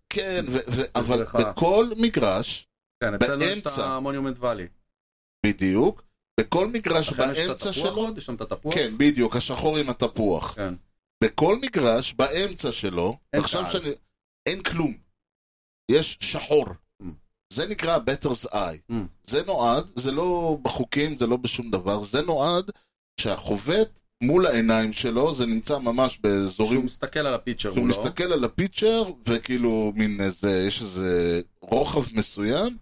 S1: כן, ו- ו- אבל
S2: בריכה.
S1: בכל מגרש,
S2: כן, אצלנו יש את
S1: באמצע.
S2: המונומנט ואלי.
S1: בדיוק, בכל מגרש
S2: לכן יש את
S1: באמצע
S2: התפוח
S1: שלו,
S2: עוד, יש שם את התפוח.
S1: כן, בדיוק, השחור עם התפוח.
S2: כן.
S1: בכל מגרש, באמצע שלו,
S2: אין
S1: עכשיו
S2: קהל.
S1: שאני... אין כלום. יש שחור.
S2: Mm.
S1: זה נקרא Better's Eye.
S2: Mm.
S1: זה נועד, זה לא בחוקים, זה לא בשום דבר, זה נועד שהחובט מול העיניים שלו, זה נמצא ממש באזורים...
S2: שהוא מסתכל על הפיצ'ר לא-
S1: הוא
S2: מולו.
S1: מסתכל על הפיצ'ר, וכאילו מין איזה, יש איזה רוחב מסוים,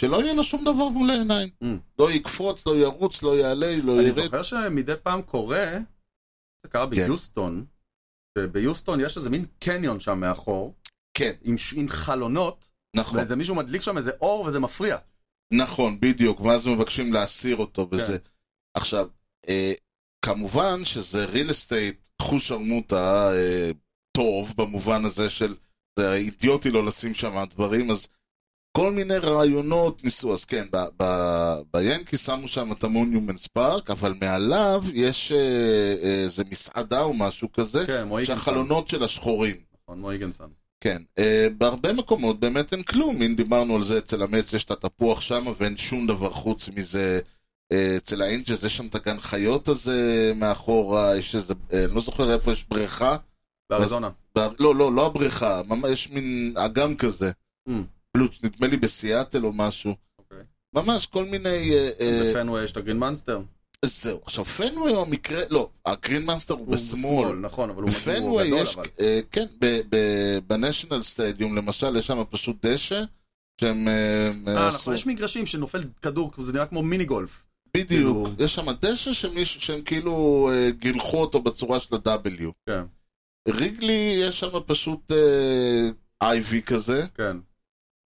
S1: שלא יהיה לו שום דבר מול העיניים.
S2: Mm.
S1: לא יקפוץ, לא ירוץ, לא יעלה, לא
S2: אני
S1: ירד.
S2: זוכר שמדי פעם קורה, זה
S1: כן.
S2: קרה ביוסטון, שביוסטון יש איזה מין קניון שם מאחור,
S1: כן,
S2: עם ש- עם חלונות,
S1: נכון.
S2: ואיזה מישהו מדליק שם איזה אור וזה מפריע.
S1: נכון, בדיוק, ואז מבקשים להסיר אותו וזה. עכשיו, אה, כמובן שזה real estate חושרמוטה אה, טוב, במובן הזה של זה אידיוטי לא לשים שם דברים, אז כל מיני רעיונות ניסו, אז כן, ב- ב- ביאנקי שמו שם את המוניומנט פארק, אבל מעליו יש אה, אה, איזה מסעדה או משהו כזה,
S2: כן, מו היגנסון.
S1: שהחלונות שלה שחורים.
S2: נכון, מו היגנסון.
S1: כן, אה, בהרבה מקומות באמת אין כלום, אם דיברנו על זה אצל המץ, יש את התפוח שם ואין שום דבר חוץ מזה. אה, אצל האנג'ז יש שם את הגן חיות הזה מאחורה, יש איזה, אה, לא זוכר איפה יש בריכה.
S2: באריזונה.
S1: ב- לא, לא, לא הבריכה, ממש יש מין אגם כזה.
S2: Mm.
S1: פלוץ, נדמה לי בסיאטל או משהו.
S2: אוקיי.
S1: ממש כל מיני... אה, אה,
S2: בפנוויי יש את הגרין מאנסטר.
S1: זהו. עכשיו, פנוויי הוא המקרה... לא, הגרין מאסטר הוא
S2: הוא
S1: בשמאל.
S2: נכון, אבל הוא מגור, הוא
S1: בפנוויי
S2: גדול
S1: יש,
S2: אבל.
S1: אה, כן, בניישנל סטדיום למשל, יש שם פשוט דשא, שהם אה,
S2: אה,
S1: עשו,
S2: נכון, יש מגרשים שנופל כדור, זה נראה כמו מיני גולף.
S1: בדיוק,
S2: כאילו-
S1: יש שם דשא שמישהו- שהם כאילו אה, גילחו אותו בצורה של ה-W.
S2: כן,
S1: ריגלי יש שם פשוט אה, אייבי כזה,
S2: כן.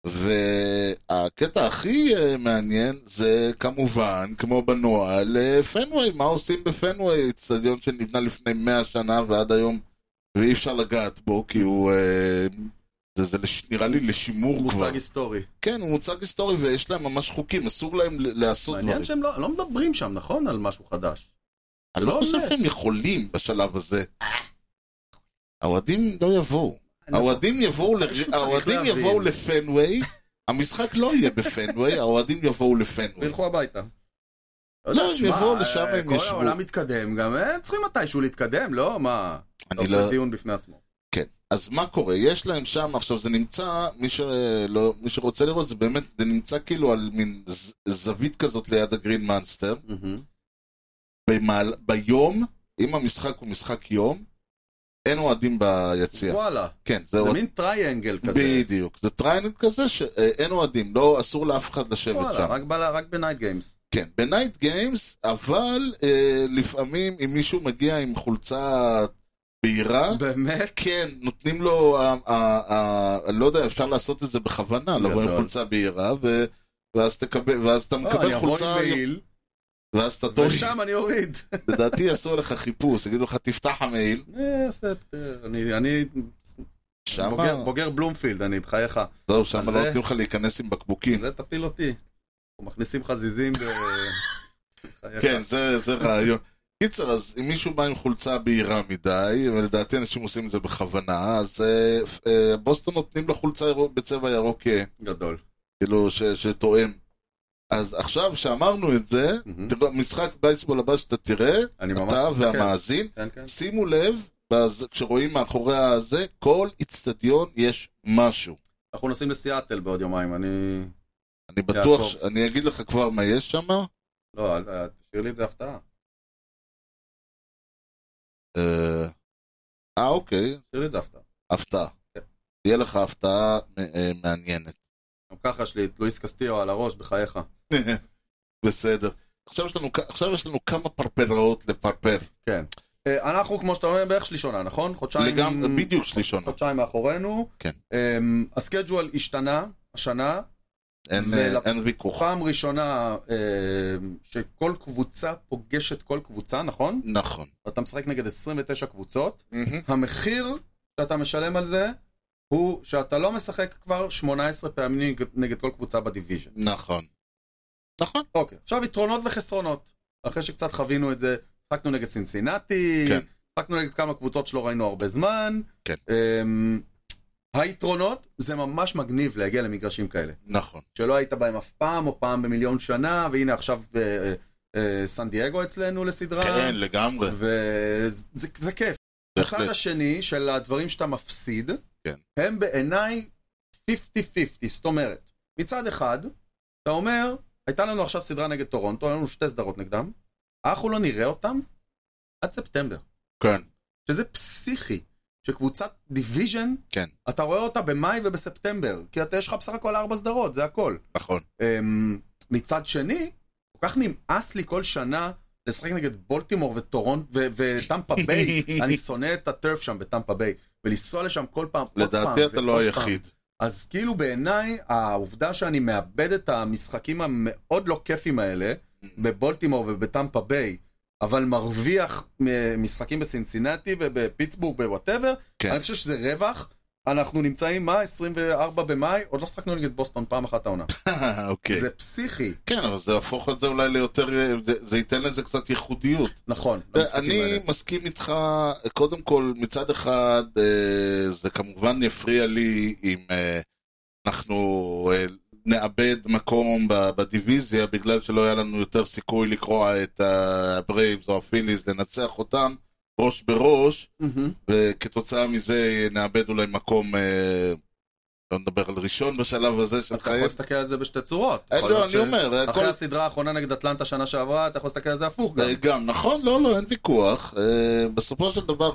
S1: והקטע הכי אה, מעניין זה כמובן, כמו בנוהל, אה, פנוויי, מה עושים בפנוויי, אצטדיון שנבנה לפני 100 שנה ועד היום, ואי אפשר לגעת בו, כי הוא... אה, זה, זה לש, נראה לי לשימור כבר.
S2: מוצג היסטורי.
S1: כן, הוא מוצג היסטורי ויש להם ממש חוקים, אסור להם ל- לעשות
S2: מעניין
S1: דברים.
S2: שהם לא לא מדברים שם, נכון? על משהו חדש.
S1: אני לא
S2: לא
S1: חושב
S2: עולה.
S1: שהם יכולים בשלב הזה. האוהדים לא יבואו. האוהדים יבואו, ל-
S2: צריך
S1: האוהדים
S2: להבין.
S1: יבואו לפנוויי, המשחק לא יהיה בפנוויי, האוהדים יבואו לפנוויי.
S2: וילכו הביתה.
S1: לא,
S2: יודע,
S1: הם
S2: תשמע,
S1: יבואו לשם,
S2: אה,
S1: הם
S2: כל
S1: ישבו.
S2: העולם מתקדם, גם הם צריכים מתישהו להתקדם, לא? מה?
S1: אני
S2: טוב,
S1: לא...
S2: זה דיון בפני עצמו.
S1: כן. אז מה קורה? יש להם שם, עכשיו זה נמצא, מי, שלא, מי שרוצה לראות, זה באמת, זה נמצא כאילו על מין ז, זווית כזאת ליד הגרין מאנסטר.
S2: מהמם.
S1: במעל, ביום, אם המשחק הוא משחק יום, אין אוהדים ביציע.
S2: וואלה,
S1: כן, זה,
S2: זה
S1: אוהד-
S2: מין טריאנגל כזה.
S1: בדיוק. זה טריינג כזה שאין אוהדים, לא, אסור לאף אחד לשבת
S2: וואלה,
S1: שם.
S2: רק ב- רק בנייט גיימס.
S1: כן, בנייט גיימס, אבל אה, לפעמים אם מישהו מגיע עם חולצה בהירה,
S2: באמת?
S1: כן, נותנים לו, ה- ה- ה- אני לא יודע, אפשר לעשות את זה בכוונה, לבוא עם
S2: גדול.
S1: חולצה בהירה, ו- ואז תקבל- ואז אתה
S2: לא, אני
S1: מקבל
S2: אבוא
S1: חולצה,
S2: עם מעיל,
S1: ואז אתה טוב,
S2: ושם אני אוריד.
S1: לדעתי יעשו לך חיפוש, יגידו לך תפתח המעיל,
S2: אה, ספטר, אני- אני
S1: שם,
S2: בוגר- בוגר בלומפילד, אני בחייך.
S1: זהו, שם
S2: על
S1: לא
S2: זה-
S1: נותנים לך להיכנס עם בקבוקים,
S2: זה תפיל אותי. אנחנו מכניסים חזיזים ב... בחייך.
S1: כן, זה זה רעיון. קיצר, אז אם מישהו בא עם חולצה בהירה מדי, ולדעתי אנשים עושים את זה בכוונה, אז אה, פ- אה, בוסטון נותנים לו חולצה ירוק- בצבע ירוק כהה.
S2: גדול.
S1: כאילו, ש- שתואם. אז עכשיו שאמרנו את זה,
S2: מהמם.
S1: תראה, משחק בייסבול הבא שאתה תראה,
S2: אני Mm-hmm. ממש... כן.
S1: אתה
S2: מסתכל.
S1: והמאזין,
S2: כן, כן.
S1: שימו לב אז כשרואים מאחורי הזה, כל איצטדיון יש משהו.
S2: אנחנו נוסעים לסיאטל בעוד יומיים, אני...
S1: אני בטוח,
S2: יעקב.
S1: ש... אני אגיד לך כבר מה יש שם.
S2: לא, אל- אל- תשאיר לי את זה הפתעה.
S1: אה, אה, אוקיי,
S2: תשאיר לי את זה הפתעה.
S1: הפתעה.
S2: כן.
S1: תהיה לך הפתעה אה, מעניינת.
S2: גם ככה יש לי את לואיס קסטיו על הראש, בחייך.
S1: בסדר. עכשיו יש, לנו, כ- עכשיו יש לנו כמה פרפראות לפרפר.
S2: כן. אה, אנחנו, כמו שאתה אומר, בערך שלישונה, נכון? חודשיים...
S1: לגמרי, בדיוק שלישונה.
S2: חודשיים מאחורנו.
S1: כן.
S2: אמ, הסקייג'ואל השתנה השנה.
S1: אין,
S2: ול-
S1: אה, אין ויכוח.
S2: פעם ראשונה אמ, שכל קבוצה פוגשת כל קבוצה, נכון?
S1: נכון.
S2: אתה משחק נגד 29 קבוצות.
S1: מהמם.
S2: המחיר שאתה משלם על זה הוא שאתה לא משחק כבר 18 פעמים נגד- נגד כל קבוצה בדיוויז'ן.
S1: נכון. נכון.
S2: אוקיי, עכשיו יתרונות וחסרונות. אחרי שקצת חווינו את זה, שחקנו נגד צינסינטי,
S1: כן.
S2: שחקנו נגד כמה קבוצות שלא ראינו הרבה זמן.
S1: כן.
S2: אמ, היתרונות, זה ממש מגניב להגיע למגרשים כאלה.
S1: נכון.
S2: שלא היית בהם אף פעם, או פעם במיליון שנה, והנה עכשיו אה, אה, אה, סן דייגו אצלנו לסדרה.
S1: כן, לגמרי.
S2: וזה זה- זה כיף. הצד
S1: בהחלט.
S2: השני של הדברים שאתה מפסיד,
S1: כן.
S2: הם בעיניי 50-50, זאת אומרת, מצד אחד, אתה אומר, הייתה לנו עכשיו סדרה נגד טורונטו, היו לנו שתי סדרות נגדם, אנחנו לא נראה אותם עד ספטמבר,
S1: כן.
S2: שזה פסיכי, שקבוצת דיוויז'ן,
S1: כן.
S2: אתה רואה אותה במאי ובספטמבר, כי אתה, יש לך בסך הכל ארבע סדרות, זה הכל.
S1: נכון.
S2: אמ, מצד שני, כל כך נמאס לי כל שנה לשחק נגד בולטימור וטורונט ו- וטמפה ביי. אני שונא את הטרף שם בטמפה ביי. ולנסוע לשם כל פעם, עוד פעם
S1: לדעתי אתה
S2: ועוד
S1: לא
S2: פעם.
S1: היחיד.
S2: אז כאילו בעיניי, העובדה שאני מאבד את המשחקים המאוד לא כיפים האלה,
S1: Mm-hmm.
S2: בבולטימור ובטמפה ביי, אבל מרוויח מ- משחקים בסינסינטי ובפיטסבורג ווואטאבר,
S1: כן.
S2: אני חושב שזה רווח. אנחנו נמצאים, מה, 24 במאי? עוד לא שחקנו נגד בוסטון פעם אחת העונה.
S1: אוקיי.
S2: זה פסיכי.
S1: כן, אבל זה יהפוך את זה אולי ליותר, אה, זה- זה ייתן לזה קצת ייחודיות.
S2: נכון. למשחקים
S1: אני
S2: האלה.
S1: מסכים איתך, קודם כל, מצד אחד, אה, זה כמובן יפריע לי אם אה, אנחנו אה, נאבד מקום ב- בדיוויזיה בגלל שלא היה לנו יותר סיכוי לקרוע את הברייבס או הפיליז, לנצח אותם ראש בראש,
S2: מהמם.
S1: וכתוצאה מזה נאבד אולי מקום, אה, לא נדבר על ראשון בשלב הזה של
S2: אתה יכול
S1: חייו.
S2: להסתכל על זה בשתי צורות.
S1: אה,
S2: יכול
S1: לא,
S2: להיות
S1: אני אומר, הכל-
S2: אחרי הסדרה האחרונה נגד אטלנטה שנה שעברה, אתה יכול להסתכל על זה הפוך גם.
S1: אה, גם, נכון, לא, לא, אין ויכוח. אה, בסופו של דבר,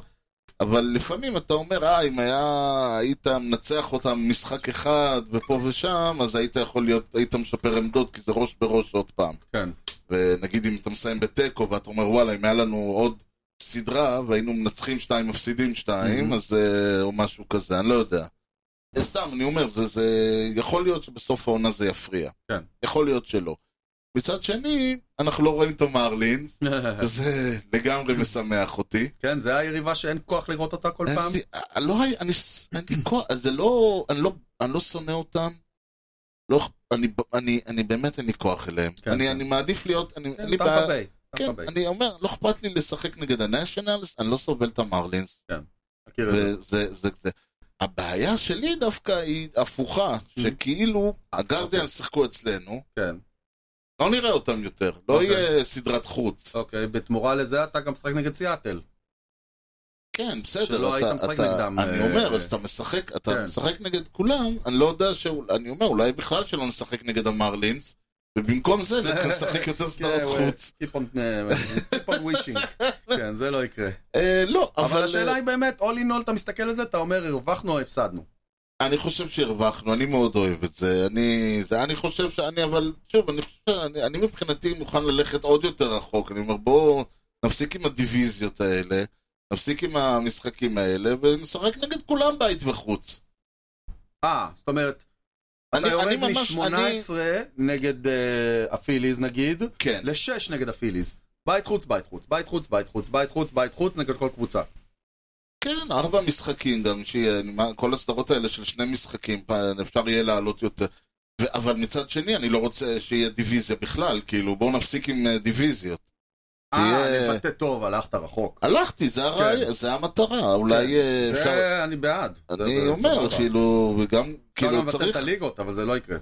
S1: אבל לפעמים אתה אומר, אה, אם היה, היית מנצח אותם משחק אחד ופה ושם, אז היית יכול להיות, היית משפר עמדות, כי זה ראש בראש עוד פעם.
S2: כן.
S1: ונגיד אם אתה מסיים בתיקו, ואתה אומר, וואלה, אם היה לנו עוד סדרה, והיינו מנצחים שתיים, מפסידים שתיים,
S2: Mhm.
S1: אז, אה, או משהו כזה, אני לא יודע. אה, סתם, אני אומר, זה, זה, יכול להיות שבסוף העונה זה יפריע.
S2: כן.
S1: יכול להיות שלא. מצד שני, אנחנו לא רואים את המרלינס, זה לגמרי משמח אותי.
S2: כן, זה היריבה שאין כוח לראות אותה כל
S1: אין
S2: פעם.
S1: לי, אה, לא, היה- אני, ס- אין לי כוח, זה לא, אני לא, אני לא שונא אותם. לא, אכ- אני, ב- אני, אני באמת אין לי כוח אליהם.
S2: כן,
S1: אני,
S2: כן.
S1: אני מעדיף להיות, אני, אין לי
S2: טמפה
S1: בעיה.
S2: ביי, טמפה
S1: כן,
S2: ביי.
S1: אני אומר, לא אכפת לי לשחק נגד הנשיונלס, אני לא סובל את המרלינס.
S2: מכיר את זה.
S1: וזה, זה, זה. הבעיה שלי דווקא היא הפוכה,
S2: Mm.
S1: שכאילו הגרדיאן שיחקו אצלנו,
S2: כן.
S1: לא נראה אותם יותר, לא
S2: אוקיי.
S1: יהיה סדרת חוץ.
S2: אוקיי, בתמורה לזה אתה גם משחק נגד סיאטל.
S1: כן, בסדר.
S2: שלא
S1: אתה-
S2: היית משחק
S1: אתה-
S2: נגדם,
S1: אני
S2: אה,
S1: אומר,
S2: אה.
S1: אז אתה משחק, אתה
S2: כן.
S1: משחק נגד כולם, אני לא יודע ש... אני אומר, אולי בכלל שלא נשחק נגד המרלינס, ובמקום זה נשחק יותר סדרות
S2: כן,
S1: חוץ.
S2: keep on- אה, keep on wishing. כן, זה לא יקרה.
S1: אה, לא,
S2: אבל
S1: אבל
S2: השאלה
S1: אה,
S2: היא באמת, all in all, אתה מסתכל על זה, אתה אומר, הרווחנו או הפסדנו.
S1: אני חושב שהרווחנו, אני מאוד אוהב את זה. אני זה- אני חושב שאני, אבל שוב, אני חושב שאני אני מבחינתי מוכן ללכת עוד יותר רחוק. אני אומר, בואו נפסיק עם הדיוויזיות האלה, נפסיק עם המשחקים האלה, ונשחק נגד כולם בית וחוץ.
S2: אה, זאת אומרת, אתה
S1: אני- אני
S2: יורד
S1: ממש, אני...
S2: מ-18 נגד אה, הפיליז נגיד,
S1: כן.
S2: ל-6 נגד הפיליז. בית חוץ, בית חוץ, בית חוץ, בית חוץ, בית חוץ, בית חוץ, נגד כל קבוצה. אה,
S1: כן, ארבע משחקים גם, שיהיה, אני- מה- כל הסדרות האלה של שני משחקים, פ- אפשר יהיה לעלות יותר. ו- אבל מצד שני, אני לא רוצה שיהיה דיוויזיה בכלל, כאילו, בואו נפסיק עם אה, דיוויזיות.
S2: אה,
S1: תהיה- אה,
S2: נבטא טוב, הלכת רחוק.
S1: הלכתי, זה, הרעי...
S2: כן.
S1: זה המטרה, אולי אה, אפשר...
S2: זה אני בעד.
S1: אני
S2: זה-
S1: אומר,
S2: סבבה.
S1: כאילו, וגם,
S2: אפשר גם
S1: כאילו,
S2: לבטל
S1: צריך...
S2: את הליגות, אבל זה לא יקרה.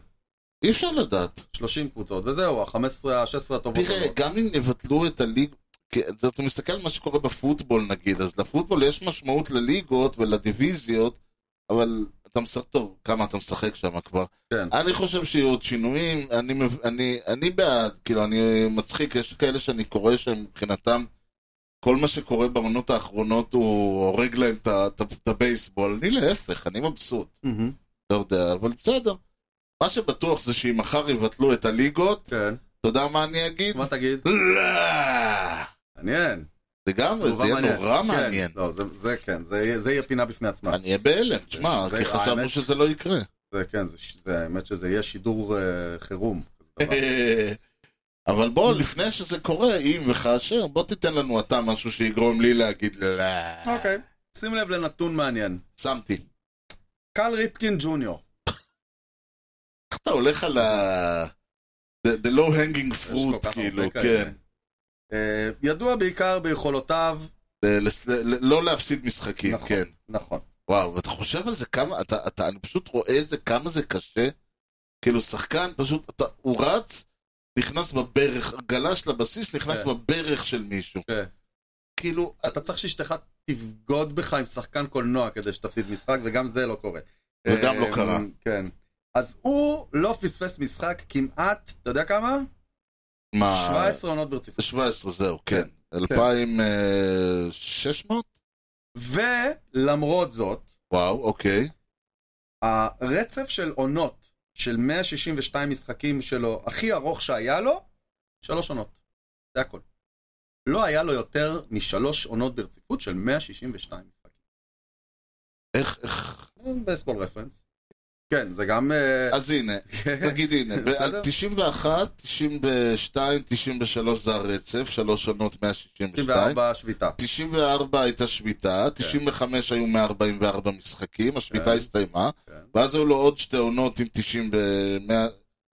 S1: אי אפשר לדעת.
S2: 30 קבוצות, וזהו, ה-15, ה-16 הטובות.
S1: תראה,
S2: עולות.
S1: גם אם יבטלו את הליג... כי אתה מסתכל על מה שקורה בפוטבול נגיד, אז לפוטבול יש משמעות לליגות ולדיוויזיות, אבל אתה משחק טוב, כמה אתה משחק שם כבר.
S2: כן.
S1: אני חושב שיהיו עוד שינויים, אני, מב- אני, אני בעד, כאילו, אני מצחיק, יש כאלה שאני קורא שמבחינתם, כל מה שקורה במנות האחרונות הוא הורג להם את ה- את ה- את הבייסבול, אני להפך, אני מבסוט,
S2: מהמם.
S1: לא יודע, אבל בסדר. מה שבטוח זה שאם מחר יבטלו את הליגות,
S2: כן.
S1: אתה יודע מה אני אגיד?
S2: מה תגיד?
S1: לא!
S2: מעניין.
S1: לגמרי, זה
S2: תגובה
S1: יהיה
S2: מעניינת.
S1: נורא
S2: כן.
S1: מעניין.
S2: לא, זה- זה כן, זה יהיה- זה יהיה פינה בפני עצמה.
S1: אני אהיה בהלם, תשמע,
S2: זה-
S1: כי חשבנו
S2: האמת-
S1: שזה לא יקרה.
S2: זה כן, זה ש- זה האמת שזה יהיה שידור אה, חירום. כזה דבר.
S1: אבל בוא, לפני שזה קורה, אם וכאשר, בוא תיתן לנו אתה משהו שיגרום לי להגיד לא.
S2: אוקיי. שים לב לנתון מעניין.
S1: שמתי.
S2: קל ריפקין ג'וניור.
S1: איך אתה הולך על ה... The the low hanging
S2: יש כל כך
S1: fruit,
S2: הרבה
S1: כאילו,
S2: כאלה.
S1: כן.
S2: אה, ידוע בעיקר ביכולותיו,
S1: ל- לס- ל- ל- לא להפסיד משחקים,
S2: נכון.
S1: כן.
S2: נכון.
S1: וואו, ואתה חושב על זה כמה, אתה, אתה, אני פשוט רואה את זה, כמה זה קשה. כאילו, שחקן פשוט, אתה, הוא רץ, נכנס בברך, גלש לבסיס, נכנס
S2: כן.
S1: בברך של מישהו.
S2: כן.
S1: כאילו,
S2: אתה צריך שאשתך תבגוד בך עם שחקן קולנוע כדי שתפסיד משחק, וגם זה לא קורה.
S1: וגם לא
S2: אה,
S1: קרה.
S2: כן. אז הוא לא פספס משחק כמעט, אתה יודע כמה?
S1: מה...
S2: 17 עונות ברציפות.
S1: 17, זהו, כן. אה,
S2: כן.
S1: 2,600?
S2: ולמרות זאת,
S1: וואו, אוקיי.
S2: הרצף של עונות של 162 משחקים שלו, הכי ארוך שהיה לו, שלוש עונות. זה הכל. לא היה לו יותר משלוש עונות ברציפות של 162 משחקים.
S1: איך, איך...
S2: בסבול רפרנס. כן, זה גם... אה,
S1: אז הנה, נגיד הנה,
S2: בסדר.
S1: על 91, 92, 93 זה הרצף, שלוש עונות 162.
S2: 94 שביתה.
S1: 94 הייתה שביתה, 95 היו 144 משחקים, השביתה
S2: כן.
S1: הסתיימה,
S2: כן.
S1: ואז היו לו עוד שתי עונות עם 90 ו... 100...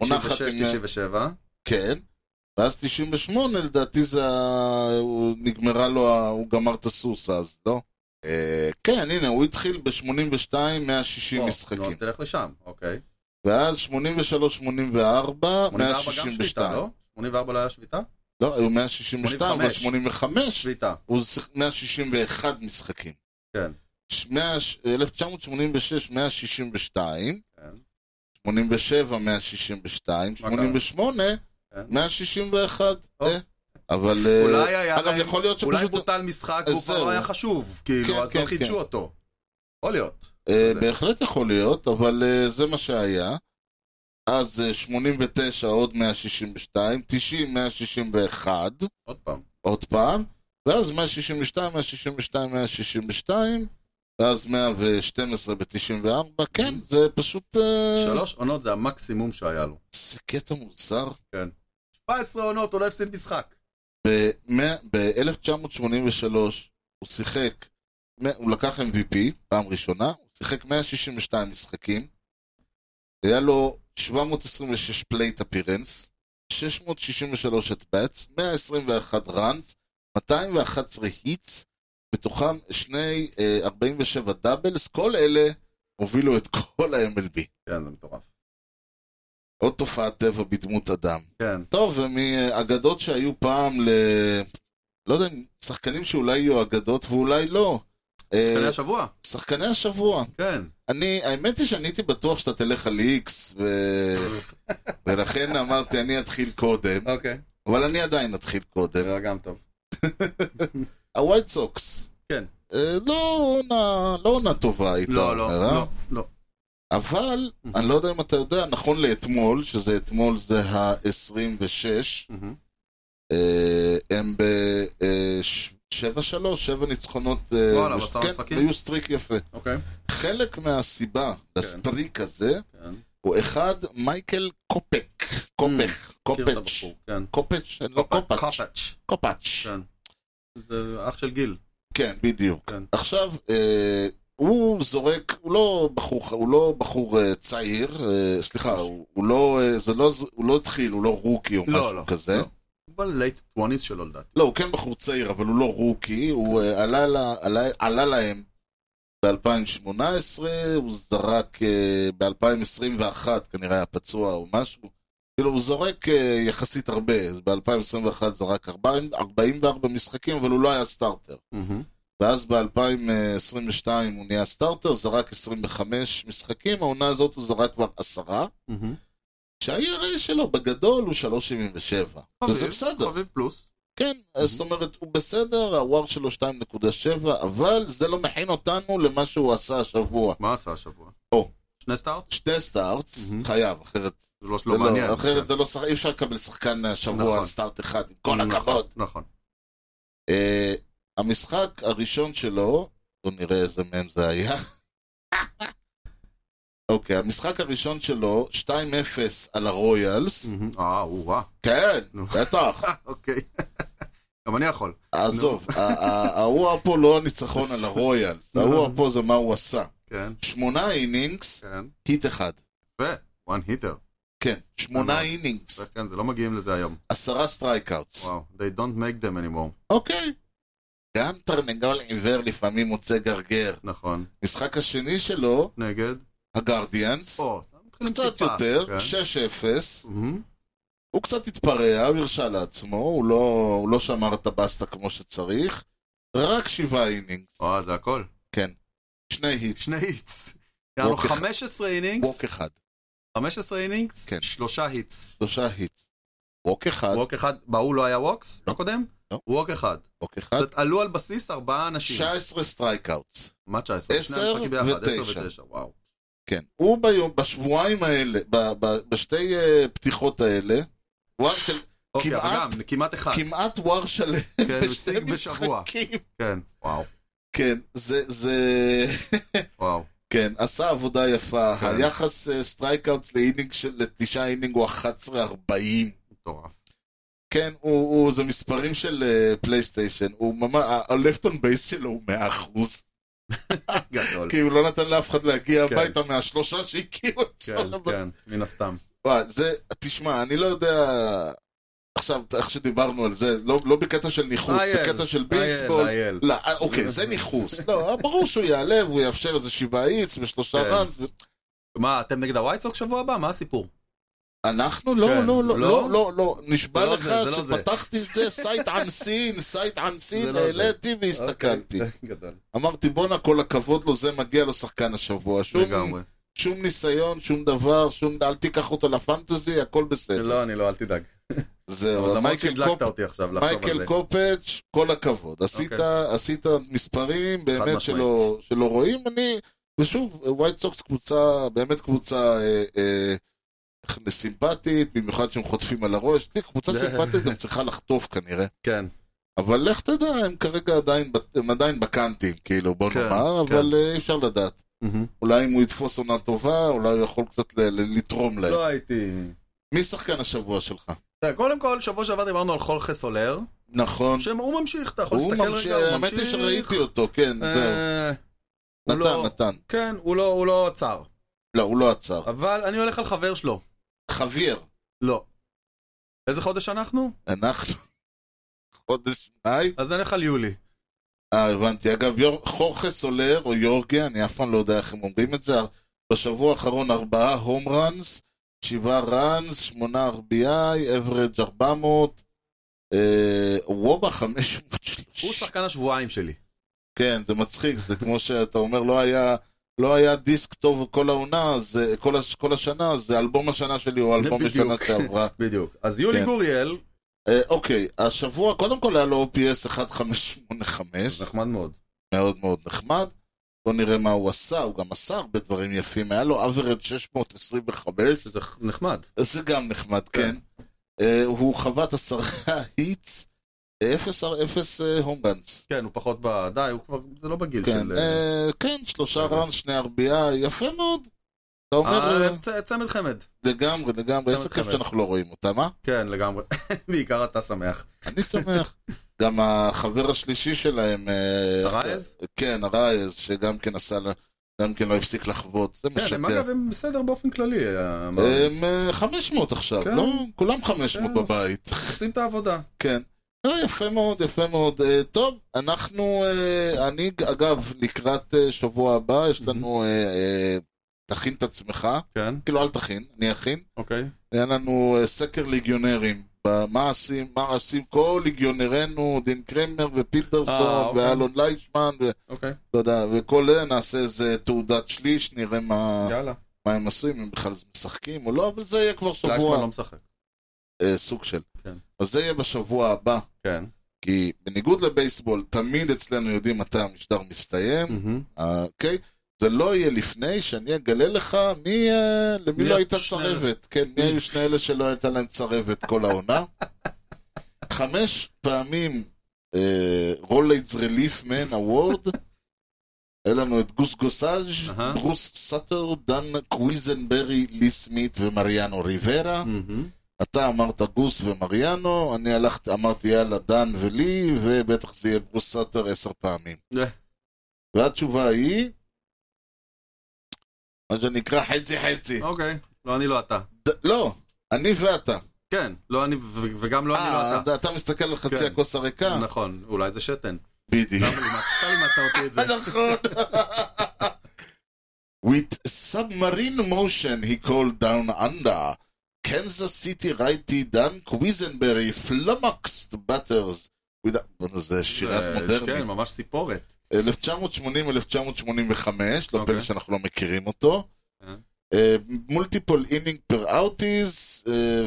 S1: עונה אחת
S2: 96,
S1: עם... אה,
S2: 97.
S1: כן. ואז 98 לדעתי זה ה- הוא נגמרה לו, ה- הוא גמר את הסוס אז, לא? אה, כן, הנה, הוא התחיל ב-82, 160
S2: או, נו,
S1: משחקים.
S2: אז תלך לשם, אוקיי.
S1: ואז 83, 84,
S2: 84 גם שביתה,
S1: 162.
S2: לא? 84 לא היה שביתה?
S1: לא, היו 162, אבל
S2: 85.
S1: 85,
S2: שביתה.
S1: הוא שיחק 161 משחקים.
S2: כן.
S1: ש- 100 1986, 162,
S2: כן.
S1: 87, 162,
S2: מה קרה?
S1: 88,
S2: כן.
S1: 161.
S2: או.
S1: אה, אבל... אה,
S2: אולי היה
S1: אגב,
S2: להם-
S1: יכול להיות
S2: אולי
S1: שפשוט...
S2: בוטל משחק
S1: אז
S2: והוא כבר
S1: זהו.
S2: לא היה חשוב, כאילו,
S1: כן,
S2: אז
S1: כן,
S2: לא חידשו
S1: כן.
S2: אותו. יכול להיות.
S1: אה,
S2: זה.
S1: בהחלט יכול להיות, אבל אה, זה מה שהיה. אז אה, 89 עוד 162, 90, 161,
S2: עוד פעם.
S1: עוד פעם, ואז 162, 162, 162, ואז 112 ב-94, כן, זה פשוט... אה,
S2: שלוש עונות זה המקסימום שהיה לו.
S1: זה קטע מוזר.
S2: 17 עונות, הוא לא הפסיד משחק.
S1: ב-1983 הוא שיחק, מ- הוא לקח MVP פעם ראשונה, הוא שיחק 162 משחקים, היה לו 726 פלייט אפירנס, 663 את באטס, 121 ראנס, 211 היטס, מתוכם שני אה, 47 דאבלס, כל אלה הובילו את כל ה-MLB.
S2: כן, זה מטורף.
S1: עוד תופעת טבע בדמות אדם.
S2: כן.
S1: טוב, ומאגדות שהיו פעם ל... לא יודע, שחקנים שאולי יהיו אגדות ואולי לא.
S2: שחקני
S1: אה,
S2: השבוע?
S1: שחקני השבוע.
S2: כן.
S1: אני, האמת היא שאני הייתי בטוח שאתה תלך על איקס, ו... ולכן אמרתי, אני אתחיל קודם,
S2: אוקיי.
S1: אבל אני עדיין אתחיל קודם.
S2: נראה גם טוב.
S1: הווייט סוקס.
S2: כן.
S1: אה, לא עונה, לא עונה טובה, היית
S2: לא, לא,
S1: אומר, אה?
S2: לא, Mhm. לא.
S1: אבל, אני לא יודע אם אתה יודע, נכון לאתמול, שזה אתמול זה ה-26,
S2: מהמם.
S1: אה, הם אה, ב-7-3, 7 ניצחונות. אה,
S2: וואלה,
S1: מש-
S2: מסע
S1: כן,
S2: לא, משחקים? כן.
S1: היו סטריק יפה.
S2: אוקיי.
S1: חלק מהסיבה לסטריק הזה,
S2: כן.
S1: הוא אחד, מייקל קופק. קופך,
S2: Mm, מכיר את
S1: קופץ'.
S2: הבחור, כן.
S1: קופץ', לא קופץ'.
S2: קופץ'.
S1: קופץ'.
S2: כן. זה אח של גיל.
S1: כן, בדיוק.
S2: כן.
S1: עכשיו, אה, הוא זורק, הוא לא בחור, הוא לא בחור אה, צעיר, אה, סליחה, הוא הוא לא, אה, זה לא, הוא לא התחיל, הוא לא רוקי או
S2: לא,
S1: משהו
S2: לא,
S1: כזה.
S2: לא. הוא בא ללייט 20 שלו לדעתי.
S1: לא, הוא כן בחור צעיר, אבל הוא לא רוקי, הוא אה, עלה, לה, עלה, עלה להם אה, ב-2018, הוא זרק ב-2021, כנראה היה פצוע או משהו, כאילו, הוא זורק אה, יחסית הרבה, אז ב-2021 זרק 40 44 משחקים, אבל הוא לא היה סטארטר. ואז ב-2022 הוא נהיה סטארטר, זרק 25 משחקים, העונה הזאת הוא זרק כבר עשרה, שה-ERA שלו בגדול הוא 3.77. וזה
S2: חביב,
S1: בסדר.
S2: חביב פלוס.
S1: כן, mm-hmm. זאת אומרת, הוא בסדר, הוואר שלו 2.7, אבל זה לא מכין אותנו למה שהוא עשה השבוע.
S2: מה עשה השבוע?
S1: או.
S2: שני סטארט?
S1: שני סטארטס,
S2: Mhm.
S1: mm-hmm. חייב, אחרת,
S2: זה לא
S1: זה
S2: לא מעניין.
S1: לא, אחרת זה לא, שח- אי אפשר לקבל שחקן השבוע
S2: נכון.
S1: על סטארט אחד, עם כל
S2: נכון,
S1: הכבוד.
S2: נכון.
S1: אה, המשחק הראשון שלו, בוא נראה איזה מהם זה היה. אוקיי, המשחק הראשון שלו, 2-0 על הרויאלס.
S2: מהמם. אה, הוא רע.
S1: כן,
S2: נו.
S1: בטח.
S2: אה, אוקיי. גם אני יכול.
S1: עזוב, ה- ה- ההוא פה לא הניצחון על הרויאלס,
S2: נו.
S1: ההוא פה זה מה הוא עשה.
S2: כן,
S1: שמונה אינינגס,
S2: כן.
S1: היט אחד.
S2: יפה. one hitter.
S1: כן, שמונה
S2: אמרתי.
S1: אינינגס,
S2: זה כן, זה לא מגיעים לזה היום.
S1: עשרה סטרייקאוטס.
S2: וואו. They don't make them anymore.
S1: אוקיי. גם תרנגול עיוור לפעמים מוצא גרגר.
S2: נכון.
S1: משחק השני שלו,
S2: נגד?
S1: הגרדיאנס,
S2: או. מתחילים
S1: קצת
S2: טיפה.
S1: יותר,
S2: כן.
S1: 6-0.
S2: מהמם.
S1: הוא קצת התפרע, הוא הרשה לעצמו, הוא לא, הוא לא שמר את הבסטה כמו שצריך. רק שבעה אינינגס.
S2: וואו, זה הכל.
S1: כן. שני היטס.
S2: שני היטס. היה לו
S1: ווק אחד.
S2: 15 אינינגס,
S1: ווק אחד.
S2: 15 אינינגס,
S1: כן.
S2: שלושה היטס.
S1: שלושה היטס. ווק אחד.
S2: ווק אחד, בהוא לא היה ווקס? הקודם?
S1: לא.
S2: ווק אחד.
S1: ווק אחד.
S2: זאת עלו על בסיס ארבעה אנשים.
S1: 19 סטרייקאוטס.
S2: מה 19? שני
S1: עשר
S2: המשחקים ביחד,
S1: ותשע.
S2: 10 ו-9, וואו.
S1: כן. הוא ביום, בשבועיים האלה, ב, ב, בשתי uh, פתיחות האלה, וואר של,
S2: אוקיי, אבל
S1: כמעט-
S2: גם, כמעט אחד.
S1: כמעט וואר שלם
S2: כן, הוא
S1: בשתי
S2: השיג בשבוע.
S1: משחקים.
S2: כן, וואו,
S1: כן, זה, זה,
S2: וואו.
S1: כן, עשה עבודה יפה.
S2: כן.
S1: היחס uh, סטרייקאוטס לאינינג של, לתשעה אינינג הוא 11-40.
S2: מטורף.
S1: כן, הוא, הוא, זה מספרים של אה, פלייסטיישן. הוא ממש, ה-left on base שלו הוא 100%.
S2: גדול.
S1: כי הוא לא נתן לאף אחד להגיע
S2: כן.
S1: הביתה מהשלושה שהגיעו אצלו
S2: כן,
S1: לבתים.
S2: כן, מן הסתם.
S1: וואי, זה, תשמע, אני לא יודע... עכשיו, איך שדיברנו על זה, לא, לא בקטע של ניחוס,
S2: אייל,
S1: בקטע של
S2: אייל,
S1: בייסבול.
S2: אייל.
S1: לא, אה, אוקיי, זה ניחוס. לא, ברור שהוא יעלה והוא יאפשר איזה שבעה איץ ושלושה
S2: כן.
S1: ראנס. ו...
S2: מה, אתם נגד הווייטסוק שבוע הבא? מה הסיפור?
S1: אנחנו? לא,
S2: כן,
S1: לא, לא,
S2: לא?
S1: לא, לא, לא. נשבע
S2: זה לא
S1: לך
S2: זה, זה לא זה.
S1: שפתחתי את זה סייט אנסין, סייט
S2: זה
S1: אנסין,
S2: לא זה.
S1: העליתי והסתכלתי.
S2: אוקיי, גדול.
S1: אמרתי, בואנה, כל הכבוד לו, זה מגיע לו שחקן השבוע. שום-
S2: לגמרי.
S1: שום ניסיון, שום דבר, שום... אל תיקח אותו לפנטזי, הכל בסדר.
S2: לא, אני לא, אל תדאג. אבל
S1: זהו,
S2: למרות
S1: מייקל
S2: שהדלקת
S1: קופ
S2: אותי עכשיו לחשוב על זה. אוקיי.
S1: מייקל קופץ', כל הכבוד. עשית, עשית מספרים באמת
S2: משמעית.
S1: שלא, שלא רואים. אני, ושוב, ווייט סוקס קבוצה, באמת קבוצה אה, אה, סימפטית, במיוחד שהם חוטפים על הראש. תראי, קבוצה
S2: זה-
S1: סימפטית גם צריכה לחטוף כנראה.
S2: כן,
S1: אבל לך תדע, הם כרגע עדיין, ב- הם עדיין בקאנטים, כאילו, בוא
S2: כן,
S1: נאמר,
S2: כן.
S1: אבל אה, אי אפשר לדעת.
S2: מהמם.
S1: אולי אם הוא יתפוס עונה טובה, אולי הוא יכול קצת ל- ל- לתרום להם.
S2: לא הייתי...
S1: מי שחקן השבוע שלך?
S2: תראה, קודם כל, שבוע שעבר דיברנו על חולכה סולר,
S1: נכון.
S2: שהוא ממשיך, אתה יכול
S1: הוא
S2: להסתכל
S1: ממשיך,
S2: רגע, הוא
S1: האמת
S2: ממשיך.
S1: היא שראיתי אותו, כן, זהו.
S2: אה, הוא
S1: נתן,
S2: לא-
S1: נתן.
S2: כן, הוא לא- הוא לא עצר.
S1: לא, הוא לא עצר.
S2: אבל אני הולך על חבר שלו.
S1: חביר,
S2: לא. איזה חודש אנחנו?
S1: אנחנו חודש מאי.
S2: אז אני הולך על יולי.
S1: אה, הבנתי. אגב, יור... חורכה סולר או יורגה, אני אף פעם לא יודע איך הם אומרים את זה. בשבוע האחרון ארבעה הום ראנס, שבעה ראנס, שמונה RBI, אברג' 400, אה, וובה 530.
S2: הוא שחקן השבועיים שלי.
S1: כן, זה מצחיק, זה כמו שאתה אומר, לא היה... לא היה דיסק טוב כל העונה, אז אה, כל, הש, כל השנה, אז זה אלבום השנה שלי או אלבום השנה
S2: בדיוק.
S1: שעברה.
S2: בדיוק. אז יולי
S1: כן.
S2: גוריאל,
S1: אה, אוקיי, השבוע קודם כל היה לו OPS 1585,
S2: זה נחמד מאוד.
S1: מאוד מאוד נחמד. בוא נראה מה הוא עשה, הוא גם עשה הרבה דברים יפים, היה לו average 625,
S2: שזה נחמד.
S1: זה גם נחמד,
S2: כן.
S1: כן. אה, הוא חבט עשרה אה, היטס, 0 על 0 הום ראנס.
S2: כן, הוא פחות ב... די, הוא כבר... זה לא בגיל
S1: אה, כן,
S2: של...
S1: אה, כן, שלושה
S2: רגע.
S1: ראנס, שני RBI, יפה מאוד. אתה אומר,
S2: אה,
S1: אה,
S2: צ- צמד חמד.
S1: לגמרי, לגמרי, איזה כיף
S2: מתחבר.
S1: שאנחנו לא רואים אותם, אה?
S2: כן, לגמרי. בעיקר אתה שמח.
S1: אני שמח. גם החבר השלישי שלהם... אה,
S2: הרייז?
S1: כן, הרייז, שגם כן עשה לה... גם כן לא הפסיק לחוות, זה
S2: כן, הם
S1: משגע.
S2: אגב, הם בסדר באופן כללי. המאונדס.
S1: הם אה, 500 עכשיו,
S2: כן.
S1: לא? כולם 500
S2: כן.
S1: בבית,
S2: עושים את העבודה.
S1: כן. אה, יפה מאוד, יפה מאוד. אה, טוב, אנחנו, אה, אני, אגב, לקראת אה, שבוע הבא, יש לנו אה, אה, תכין את עצמך,
S2: כן,
S1: כאילו אל תכין, אני אכין.
S2: אוקיי.
S1: היה לנו אה, סקר ליגיונרים, מה עושים, מה עושים כל ליגיונרינו, דין קרמר
S2: אה,
S1: ופיטרסון
S2: אוקיי.
S1: ואלון ליישמן, ולא
S2: אוקיי,
S1: יודע, וכל אלה נעשה איזה תעודת שליש, נראה מה
S2: יאללה.
S1: מה הם עשו, אם הם בכלל משחקים או לא, אבל זה יהיה כבר
S2: ליישמן
S1: שבוע,
S2: לא משחק.
S1: אה, סוג של.
S2: כן.
S1: אז זה יהיה בשבוע הבא,
S2: כן.
S1: כי בניגוד לבייסבול, תמיד אצלנו יודעים מתי המשדר מסתיים,
S2: מהמם.
S1: אה, אוקיי? זה לא יהיה לפני שאני אגלה לך מי, אה, למי
S2: מי
S1: לא הייתה
S2: שני
S1: צרבת. כן, מי היו שני אלה שלא הייתה להם צרבת כל העונה. חמש פעמים אה, רוליידס רליף מן הוורד. היה לנו את גוס גוסאז',
S2: אהה.
S1: ברוס סאטר, דן קוויזנברי, לי סמית ומריאנו ריברה.
S2: מהמם.
S1: אתה אמרת גוס ומריאנו, אני הלכתי, אמרתי יאללה דן ולי, ובטח זה יהיה ברוס סאטר עשר פעמים.
S2: אה.
S1: והתשובה היא, מה שנקרא חצי חצי.
S2: אוקיי. לא אני, לא אתה.
S1: ד- לא, אני ואתה.
S2: כן, לא אני ו- וגם לא אני,
S1: אה,
S2: לא אתה.
S1: אתה מסתכל על חצי
S2: כן.
S1: הכוס הריקה?
S2: נכון, אולי זה שתן.
S1: בדיוק.
S2: למה לימדת- אתה לא לימדת אותי את זה?
S1: נכון. With submarine motion he called down under. Kansas City righty Dan Quisenberry flummoxed batters. With... a- בוא'נה, זה שירת
S2: אה, כן,
S1: מודרנית.
S2: ממש סיפורת.
S1: 1980-1985, לא
S2: אוקיי.
S1: פלא שאנחנו לא מכירים אותו.
S2: אה.
S1: מולטיפול אינינג פר אאוטיז, אה,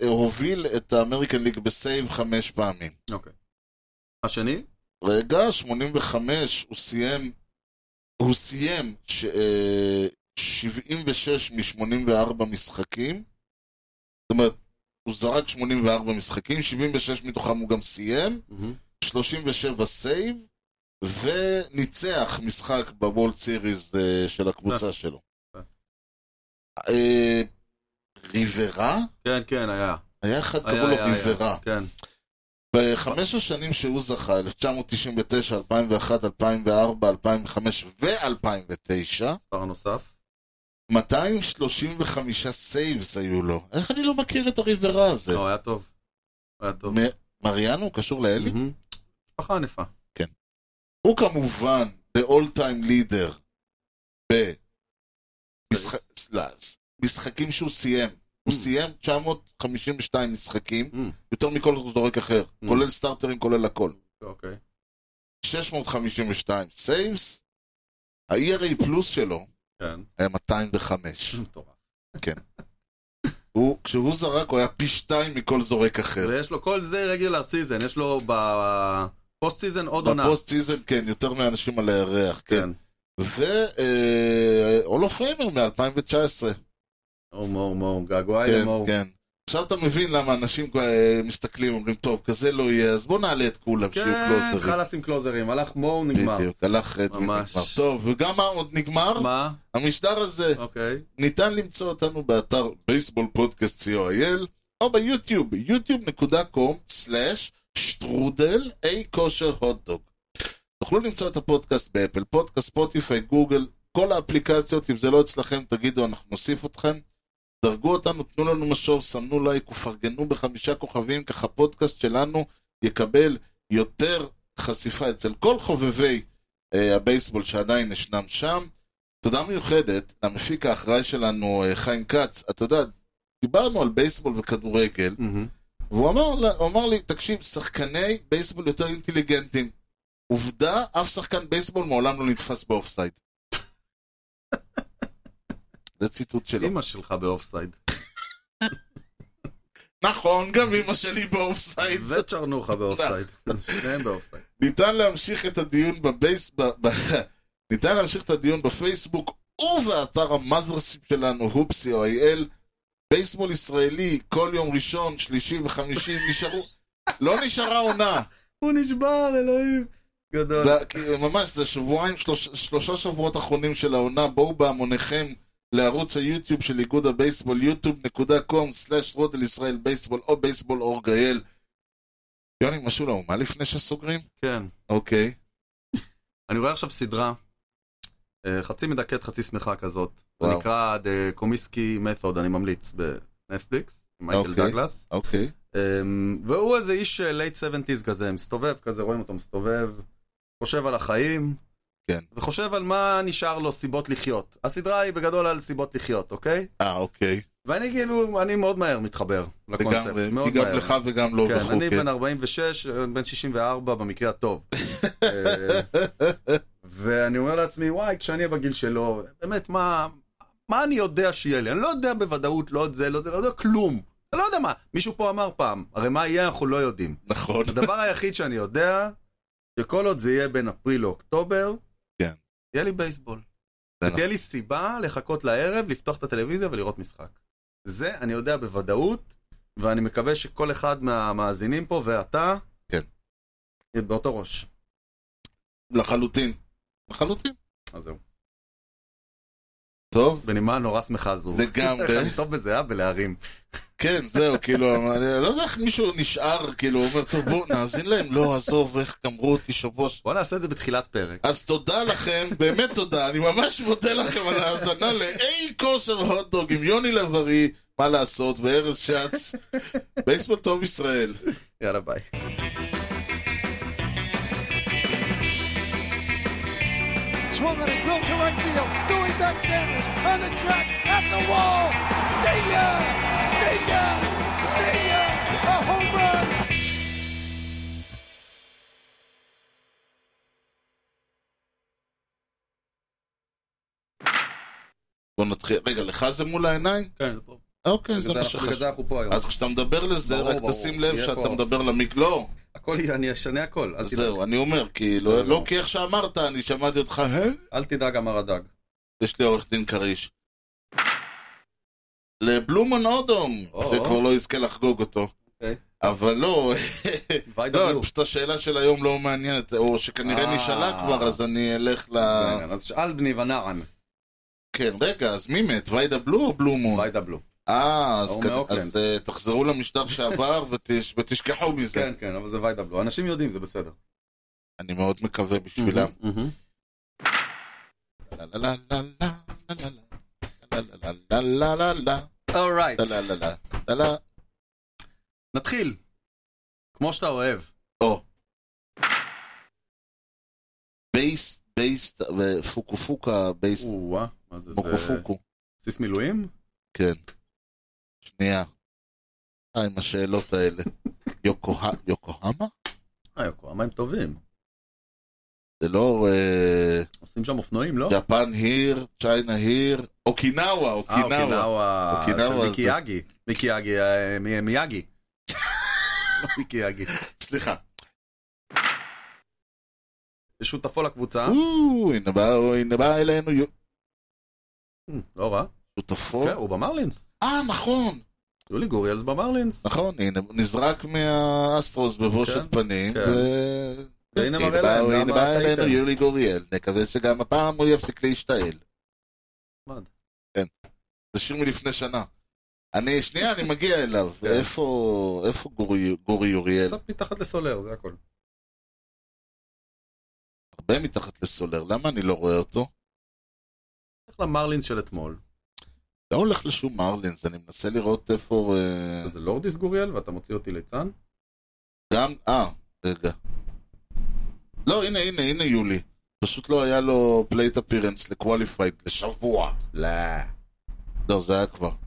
S1: והוביל את האמריקן ליג בסייב חמש פעמים.
S2: אוקיי. השני?
S1: רגע, 85, הוא סיים, הוא סיים ש, אה, 76 מ-84 משחקים. זאת אומרת, הוא זרק 84 משחקים, 76 מתוכם הוא גם סיים, 37 סייב, וניצח משחק בוולד סיריז אה, של הקבוצה שלו.
S2: אה.
S1: אה, ריברה?
S2: כן, כן, היה.
S1: היה אחד,
S2: היה,
S1: קראו לו
S2: היה, היה.
S1: ריברה.
S2: כן.
S1: בחמש השנים שהוא זכה, 1999, 2001, 2004, 2005 ו-2009,
S2: מספר נוסף.
S1: 235 סייבס היו לו. איך אני לא מכיר את הריברה הזה?
S2: לא, היה טוב. היה טוב.
S1: מ- מריאנו הוא קשור לאלי?
S2: מהמם. משפחה ענפה.
S1: הוא כמובן the all time leader ב... משחק- לא, משחקים שהוא סיים. הוא
S2: Mm.
S1: סיים 952 משחקים,
S2: Mm.
S1: יותר מכל זורק אחר,
S2: Mm.
S1: כולל סטארטרים, כולל הכל.
S2: אוקיי.
S1: 652 סייבס, ה-ERA פלוס שלו
S2: כן.
S1: היה 205.
S2: מטורף.
S1: הוא, כשהוא זרק הוא היה פי שתיים מכל זורק אחר.
S2: ויש לו כל זה רגילר סיזן, יש לו בפוסט סיזן עוד עונה.
S1: בפוסט סיזן, כן, יותר מאנשים על הירח, כן. אה,
S2: כן.
S1: והולו פריימר מ-2019.
S2: או מו מו, געגועי
S1: כן,
S2: מו.
S1: כן. עכשיו אתה מבין למה אנשים אה, מסתכלים, אומרים, טוב, כזה לא יהיה, אז בוא נעלה את כולם, שיהיו
S2: כן,
S1: קלוזרים.
S2: חלאס עם קלוזרים, הלך מו, נגמר.
S1: בדיוק, הלך אה,
S2: ממש.
S1: נגמר. טוב, וגם מה עוד נגמר?
S2: מה?
S1: המשדר הזה.
S2: אוקיי.
S1: ניתן למצוא אותנו באתר בייסבול פודקאסט co.il או ביוטיוב, yוטיוב.com/שטרודל אי כושר הוטדוג. תוכלו למצוא את הפודקאסט באפל, פודקאסט, ספוטיפיי, גוגל, כל האפליקציות, אם זה לא אצלכם תגידו, אנחנו נוסיף אתכם. דרגו אותנו, תנו לנו משוב, סמנו לייק ופרגנו בחמישה כוכבים, ככה הפודקאסט שלנו יקבל יותר חשיפה אצל כל חובבי אה, הבייסבול שעדיין ישנם שם. תודה מיוחדת למפיק האחראי שלנו, אה, חיים כץ. אתה יודע, דיברנו על בייסבול וכדורגל,
S2: מהמם.
S1: והוא אמר, לה- הוא אמר לי, תקשיב, שחקני בייסבול יותר אינטליגנטים. עובדה, אף שחקן בייסבול מעולם לא נתפס באופסייד. זה ציטוט שלו.
S2: לא. אמא שלך באופסייד.
S1: נכון, גם אמא שלי באופסייד.
S2: וצ'רנוחה באופסייד. שניהם באופסייד.
S1: ניתן להמשיך את הדיון בבייס... ב... ב... ניתן להמשיך את הדיון בפייסבוק ובאתר המאזרסיפ שלנו, הופסי או אי-אל. בייסבול ישראלי, כל יום ראשון, שלישי וחמישי, נשארו... לא נשארה עונה.
S2: הוא נשבר, אלוהים. גדול.
S1: ב- כי ממש, זה שבועיים, שלוש, שלושה שבועות אחרונים של העונה. בואו בהמוניכם לערוץ היוטיוב של איגוד הבייסבול, yוטיוב.com/רודל ישראל בייסבול או בייסבול אור גאל. יוני, משהו לאומה לפני שסוגרים?
S2: כן.
S1: אוקיי.
S2: אני רואה עכשיו סדרה, אה, חצי מדכאת, חצי שמחה כזאת. זה
S1: וואו.
S2: נקרא The קומיסקי Method, אני ממליץ, בנטפליקס, עם מייקל
S1: אוקיי.
S2: דגלס.
S1: אוקיי.
S2: אמ, והוא איזה איש לייט 70's כזה, מסתובב כזה, רואים אותו מסתובב, חושב על החיים,
S1: כן.
S2: וחושב על מה נשאר לו סיבות לחיות. הסדרה היא בגדול על סיבות לחיות, אוקיי?
S1: אה, אוקיי.
S2: ואני כאילו, אני מאוד מהר מתחבר לקונספט,
S1: לגמרי.
S2: מאוד
S1: היא גם
S2: מהר.
S1: לך וגם לו
S2: כן,
S1: וכו',
S2: אני
S1: כן.
S2: בן 46, בן 64 במקרה הטוב. אה, ואני אומר לעצמי, וואי, כשאני אהיה בגיל שלו, באמת, מה, מה אני יודע שיהיה לי? אני לא יודע בוודאות, לא את זה, לא את זה, לא יודע כלום. אני לא יודע מה. מישהו פה אמר פעם, הרי מה יהיה אנחנו לא יודעים.
S1: נכון.
S2: הדבר היחיד שאני יודע, שכל עוד זה יהיה בין אפריל לאוקטובר,
S1: כן.
S2: יהיה לי בייסבול.
S1: זה נכון.
S2: ותהיה לי סיבה לחכות לערב, לפתוח את הטלוויזיה ולראות משחק. זה אני יודע בוודאות, ואני מקווה שכל אחד מהמאזינים פה ואתה,
S1: כן.
S2: באותו ראש.
S1: לחלוטין. לחלוטין.
S2: אז זהו.
S1: טוב.
S2: בנימה נורא שמחה זו.
S1: לגמרי.
S2: איך אני טוב בזה, אה? בלהרים.
S1: כן, זהו, כאילו, אני לא יודע איך מישהו נשאר, כאילו, הוא אומר, טוב, בואו נאזין להם, לא, עזוב, איך גמרו אותי שבוע ש...
S2: בוא נעשה את זה בתחילת פרק.
S1: אז תודה לכם, באמת תודה, אני ממש מודה לכם על ההאזנה לאי כושר הוטדוג עם יוני לב-ארי, מה לעשות, וארז שץ, בייסבול טוב ישראל.
S2: יאללה, ביי.
S4: Swung on a drill to right field. Dewey back Sanders on the track at the wall. See ya! See ya! See ya! A home run!
S1: בוא נתחיל, רגע, לך זה מול העיניים?
S2: כן, זה פה.
S1: אוקיי, זה מה
S2: בגלל אנחנו- בגלל
S1: שחשוב.
S2: זה אנחנו פה היום.
S1: אז כשאתה מדבר לזה,
S2: ברור,
S1: רק
S2: ברור,
S1: תשים לב
S2: יהיה
S1: שאתה
S2: פה.
S1: מדבר למיק, לא,
S2: הכל, יהיה- אני אשנה הכל. אל תדאג.
S1: זהו, אני אומר,
S2: בסדר
S1: כאילו, לא
S2: גמור.
S1: כי איך שאמרת, אני שמעתי אותך, "אה?"
S2: אל תדאג, אמר הדג.
S1: יש לי עורך דין כריש. לבלומון אודום,
S2: או.
S1: וכבר לא יזכה לחגוג אותו.
S2: אוקיי.
S1: אבל לא,
S2: ביי
S1: לא,
S2: דבלו.
S1: פשוט השאלה של היום לא מעניינת, או שכנראה
S2: אה.
S1: נשאלה כבר, אז אני אלך ל...
S2: בסדר, אז שאל בני ונען.
S1: כן, רגע, אז מי מת? ויידה בלו או בלומון?
S2: ביי דבלו.
S1: אה, אז
S2: ההוא
S1: כ-
S2: מאוקלנד.
S1: אז אה, תחזרו למשדר שעבר ותש- ותשכחו מזה.
S2: כן, כן, אבל זה ויידבלו. אנשים יודעים, זה בסדר. Mm-hmm,
S1: אני מאוד מקווה בשבילם.
S2: מהמם.
S1: לה לה לה לה לה לה לה לה לה לה לה
S2: Alright.
S1: לה לה לה לה לה
S2: נתחיל. כמו שאתה אוהב.
S1: או. בייס, בייס, פוקו פוקה, בייס,
S2: או-אה, מה זה?
S1: פוקו
S2: זה
S1: פוקו,
S2: בסיס מילואים?
S1: כן. שנייה. אה, עם השאלות האלה. יוקוה- יוקוהמה?
S2: אה, יוקו, הם טובים.
S1: זה לא אה,
S2: עושים שם אופנועים, לא?
S1: ג'פן היר, צ'יינה היר, אוקינאווה,
S2: אה,
S1: אוקינאווה. אוקינאווה
S2: של
S1: זה-
S2: מיקיאגי. מיקיאגי, אה, מי- מיאגי. לא מיקיאגי.
S1: סליחה.
S2: שותפו לקבוצה.
S1: או, הנה בא, הנה בא אלינו יו-
S2: לא רע.
S1: שותפו.
S2: כן, הוא במרלינס.
S1: אה, נכון,
S2: יולי גוריאלס במרלינס.
S1: נכון, הנה, נזרק מהאסטרוס בבושת
S2: כן,
S1: פנים,
S2: כן.
S1: ו...
S2: והנה
S1: הנה
S2: מראה
S1: בא-
S2: להם,
S1: הנה
S2: למה
S1: בא אלינו
S2: טעיתם?
S1: יולי גוריאל, נקווה שגם הפעם הוא יפסיק להשתעל.
S2: נחמד.
S1: זה שיר מלפני שנה. אני, שנייה, אני מגיע אליו.
S2: כן.
S1: איפה איפה גורי- גורי יוריאל?
S2: קצת מתחת לסולר, זה הכל.
S1: הרבה מתחת לסולר, למה אני לא רואה אותו?
S2: לך למרלינס של אתמול.
S1: לא הולך לשום מרלינס, אני מנסה לראות איפה... אה,
S2: זה לורדיס גוריאל, ואתה מוציא אותי ליצן?
S1: גם... אה, רגע. לא, הנה, הנה, הנה יולי. פשוט לא היה לו פלייט אפירנס לקואליפייד לשבוע.
S2: לא.
S1: לא, זה היה כבר.